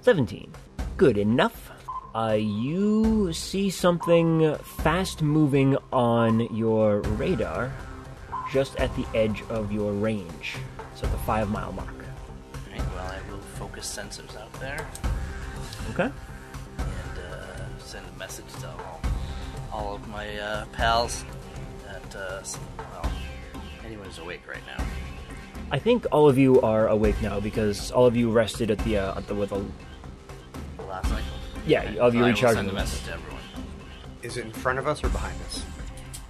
Speaker 5: 17. Good enough. Uh, you see something fast moving on your radar just at the edge of your range, so the five mile mark.
Speaker 6: Alright, well, I will focus sensors out there
Speaker 5: Okay.
Speaker 6: and uh, send a message to all, all of my uh, pals that, uh, s- well, anyone's awake right now.
Speaker 5: I think all of you are awake now because all of you rested at the uh, at the with a
Speaker 6: Last night.
Speaker 5: yeah all of you
Speaker 6: I will
Speaker 5: recharged.
Speaker 6: send a message to everyone.
Speaker 7: Is it in front of us or behind us?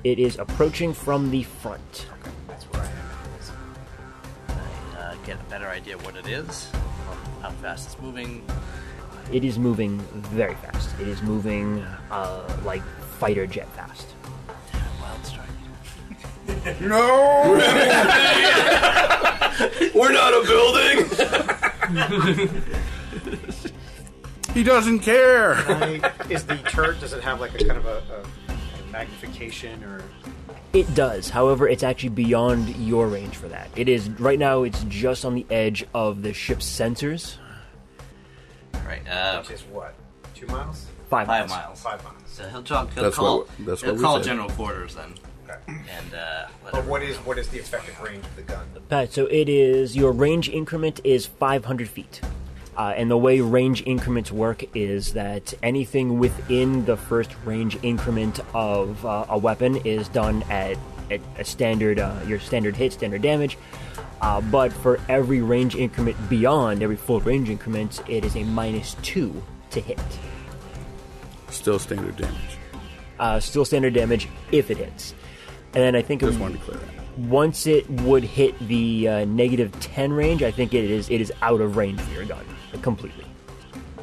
Speaker 5: It is approaching from the front.
Speaker 6: That's where I am. I uh, get a better idea what it is, um, how fast it's moving.
Speaker 5: It is moving very fast. It is moving uh, like fighter jet fast.
Speaker 6: Wild strike.
Speaker 2: No!
Speaker 8: We're not a building!
Speaker 2: He doesn't care.
Speaker 7: is the turret? Does it have like a kind of a, a magnification or?
Speaker 5: It does. However, it's actually beyond your range for that. It is right now. It's just on the edge of the ship's sensors.
Speaker 6: Right. Uh,
Speaker 7: Which is what? Two miles?
Speaker 5: Five Five miles.
Speaker 6: miles.
Speaker 7: Five miles.
Speaker 6: So he'll, talk, he'll
Speaker 5: That's
Speaker 6: call.
Speaker 5: what- that's
Speaker 6: he'll
Speaker 5: what we
Speaker 6: call
Speaker 5: said.
Speaker 6: general quarters then, and uh, let
Speaker 7: But what is what is the effective range of the gun?
Speaker 5: Pat, Uh, so it is your range increment is 500 feet. Uh, and the way range increments work is that anything within the first range increment of uh, a weapon is done at, at a standard uh, your standard hit, standard damage. Uh, but for every range increment beyond, every full range increment, it is a minus two to hit.
Speaker 2: Still standard damage.
Speaker 5: Uh, still standard damage if it hits. And then I think
Speaker 2: Just
Speaker 5: it-
Speaker 2: wanted to clear that.
Speaker 5: once it would hit the uh, negative 10 range, I think it is it is out of range for your gun completely.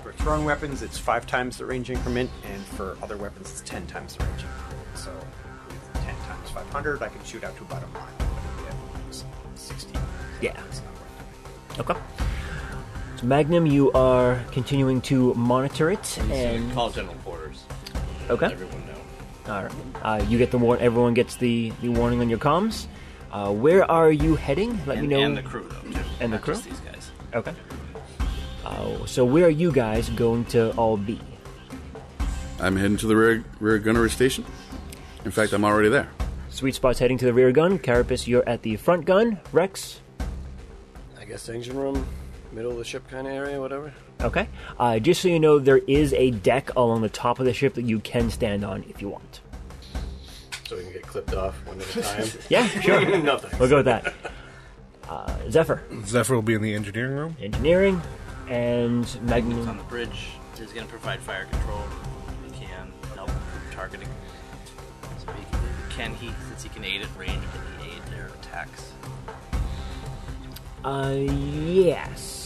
Speaker 7: For throwing weapons, it's five times the range increment, and for other weapons, it's ten times the range increment. So, with ten times five hundred, I can shoot out to about a mile. But if you have sixty,
Speaker 5: Yeah. Okay. So Magnum, you are continuing to monitor it,
Speaker 6: and
Speaker 5: and
Speaker 6: call general quarters.
Speaker 5: okay.
Speaker 6: Everyone know.
Speaker 5: All right. Uh, you get the warn. Everyone gets the, the warning on your comms. Uh, where are you heading? Let
Speaker 6: and,
Speaker 5: me know.
Speaker 6: and the crew though. Too,
Speaker 5: And the
Speaker 6: not just
Speaker 5: crew?
Speaker 6: These guys.
Speaker 5: Okay. Uh, so where are you guys going to all be?
Speaker 2: I'm heading to the rear, rear gunnery station. In fact, I'm already there.
Speaker 5: Sweet spot's heading to the rear gun. Carapace, you're at the front gun. Rex.
Speaker 4: I guess engine room, middle of the ship kind of area, whatever.
Speaker 5: Okay. Uh, just so you know, there is a deck along the top of the ship that you can stand on if you want.
Speaker 4: So we can get clipped off one at a time.
Speaker 5: Yeah, sure.
Speaker 4: Nothing.
Speaker 5: We'll go with that. Uh, Zephyr,
Speaker 9: Zephyr will be in the engineering room.
Speaker 5: engineering, and
Speaker 6: It's on
Speaker 5: Magnum.
Speaker 6: the bridge. He's going to provide fire control. If he can help with targeting. So he can, can he, since he can aid at range, can he aid their attacks?
Speaker 5: Uh, yes.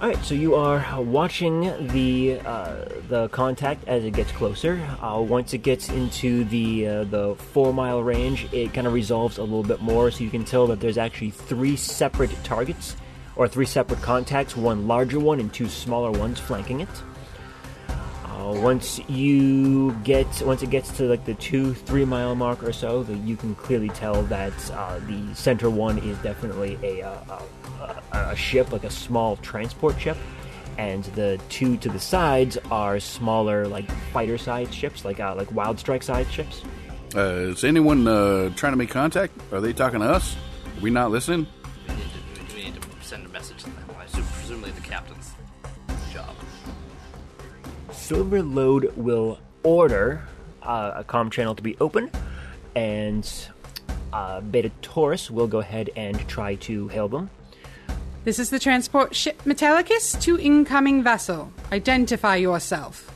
Speaker 5: All right. So you are watching the uh, the contact as it gets closer. Uh, once it gets into the uh, the four mile range, it kind of resolves a little bit more, so you can tell that there's actually three separate targets. Or three separate contacts, one larger one and two smaller ones flanking it. Uh, once you get once it gets to like the two three mile mark or so, the, you can clearly tell that uh, the center one is definitely a, uh, a, a a ship, like a small transport ship, and the two to the sides are smaller, like fighter sized ships, like uh, like wild strike sized ships.
Speaker 2: Uh, is anyone uh, trying to make contact? Are they talking to us? Are we not listening?
Speaker 6: We need to, we need to send a message to them. I assume, presumably the captain's job.
Speaker 5: Silverload will order uh, a comm channel to be open, and uh, Beta Taurus will go ahead and try to hail them.
Speaker 11: This is the transport ship Metallicus to incoming vessel. Identify yourself.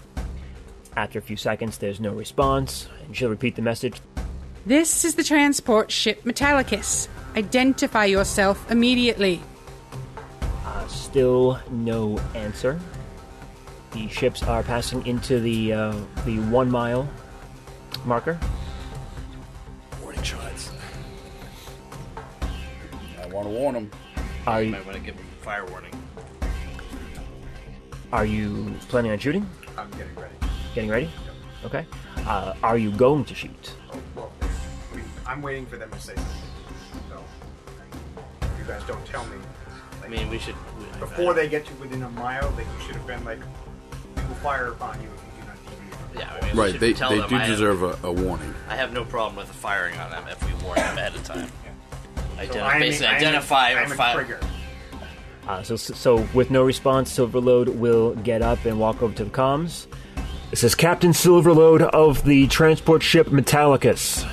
Speaker 5: After a few seconds, there's no response, and she'll repeat the message.
Speaker 11: This is the transport ship Metallicus. Identify yourself immediately.
Speaker 5: Uh, still no answer. The ships are passing into the uh, the one mile marker.
Speaker 4: Warning shots.
Speaker 2: I want to warn them.
Speaker 5: Are
Speaker 6: You
Speaker 5: you
Speaker 6: might want to give him fire warning.
Speaker 5: are you planning on shooting?
Speaker 7: I'm getting ready.
Speaker 5: Getting ready? Okay. Uh, are you going to shoot?
Speaker 7: Oh, well, I mean, I'm waiting for them to say something. So, if you guys don't tell me
Speaker 6: I mean, we should. We,
Speaker 7: before they get to within a mile, like you should have been like, we will fire upon you if you do not deviate. from
Speaker 6: Yeah, I mean, we
Speaker 2: Right,
Speaker 6: should
Speaker 2: they,
Speaker 6: tell
Speaker 2: they
Speaker 6: them
Speaker 2: do
Speaker 6: I
Speaker 2: deserve a, a warning.
Speaker 6: Have, I have no problem with firing on them if we warn them ahead of time. Identi-
Speaker 7: So I am-
Speaker 6: basically,
Speaker 7: I am-
Speaker 6: identify
Speaker 7: I
Speaker 6: or
Speaker 7: am a
Speaker 6: fire.
Speaker 7: trigger.
Speaker 5: Uh, so so with no response, Silverload will get up and walk over to the comms. This is Captain Silverload of the transport ship Metallicus.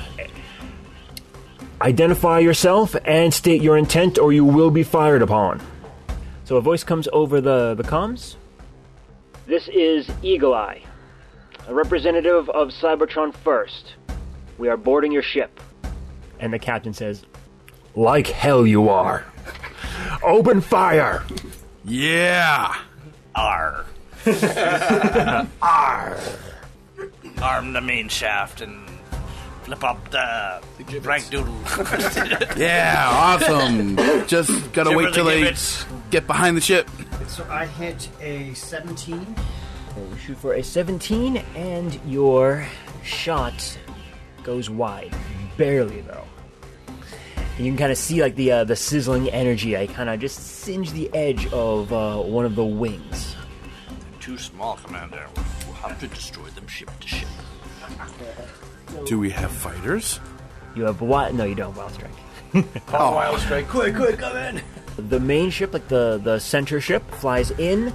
Speaker 5: Identify yourself and state your intent, or you will be fired upon. So a voice comes over the, the comms. This is Eagle Eye, a representative of Cybertron First. We are boarding your ship. And the captain says, Like hell you are. Open fire!
Speaker 2: Yeah!
Speaker 6: R.
Speaker 5: R.
Speaker 6: Arm the main shaft and flip up the, rank doodle.
Speaker 2: Yeah, awesome. Just gotta wait till they get behind the ship.
Speaker 7: So I hit a 17.
Speaker 5: And we shoot for a 17, and your shot goes wide, barely though. And you can kind of see like the uh, the sizzling energy. I kind of just singe the edge of uh, one of the wings.
Speaker 6: Too small, Commander. We'll have to destroy them ship to ship.
Speaker 2: Do we have fighters?
Speaker 5: You have what? No, you don't. have Wild strike.
Speaker 6: Call Wild Strike. Quick, quick, come in.
Speaker 5: The main ship, like the the center ship, flies in,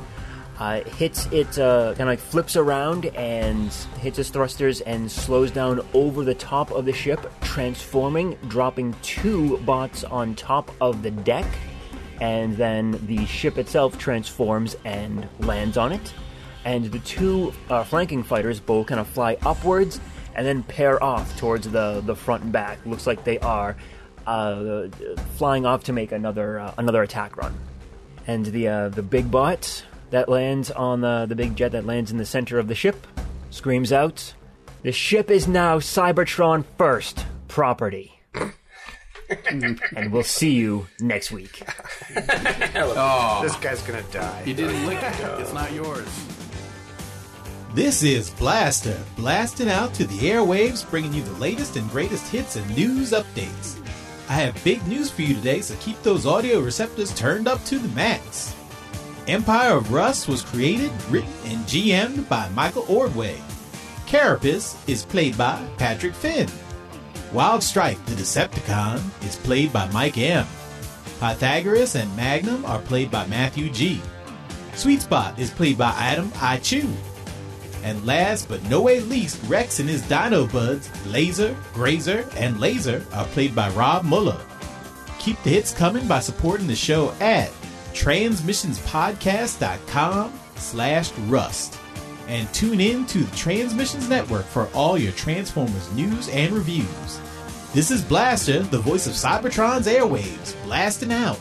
Speaker 5: uh, hits it, uh, kind of like flips around and hits its thrusters and slows down over the top of the ship, transforming, dropping two bots on top of the deck, and then the ship itself transforms and lands on it, and the two uh, flanking fighters both kind of fly upwards and then pair off towards the the front and back. Looks like they are uh, flying off to make another uh, another attack run. And the uh, the big bot that lands on uh, the the big jet that lands in the center of the ship screams out, "The ship is now Cybertron first property." and we'll see you next week.
Speaker 2: Oh.
Speaker 7: This guy's gonna die.
Speaker 2: You didn't lick it. It's not yours.
Speaker 10: This is Blaster, blasting out to the airwaves, bringing you the latest and greatest hits and news updates. I have big news for you today, so keep those audio receptors turned up to the max. Empire of Rust was created, written, and GM'd by Michael Ordway. Carapace is played by Patrick Finn. Wild Strike, the Decepticon, is played by Mike M. Pythagoras and Magnum are played by Matthew G. Sweet Spot is played by Adam I Chew. And last but no way least, Rex and his dino buds, Laser, Grazer, and Laser are played by Rob Muller. Keep the hits coming by supporting the show at transmissionspodcast.com slash rust. And tune in to the Transmissions Network for all your Transformers news and reviews. This is Blaster, the voice of Cybertron's airwaves, blasting out.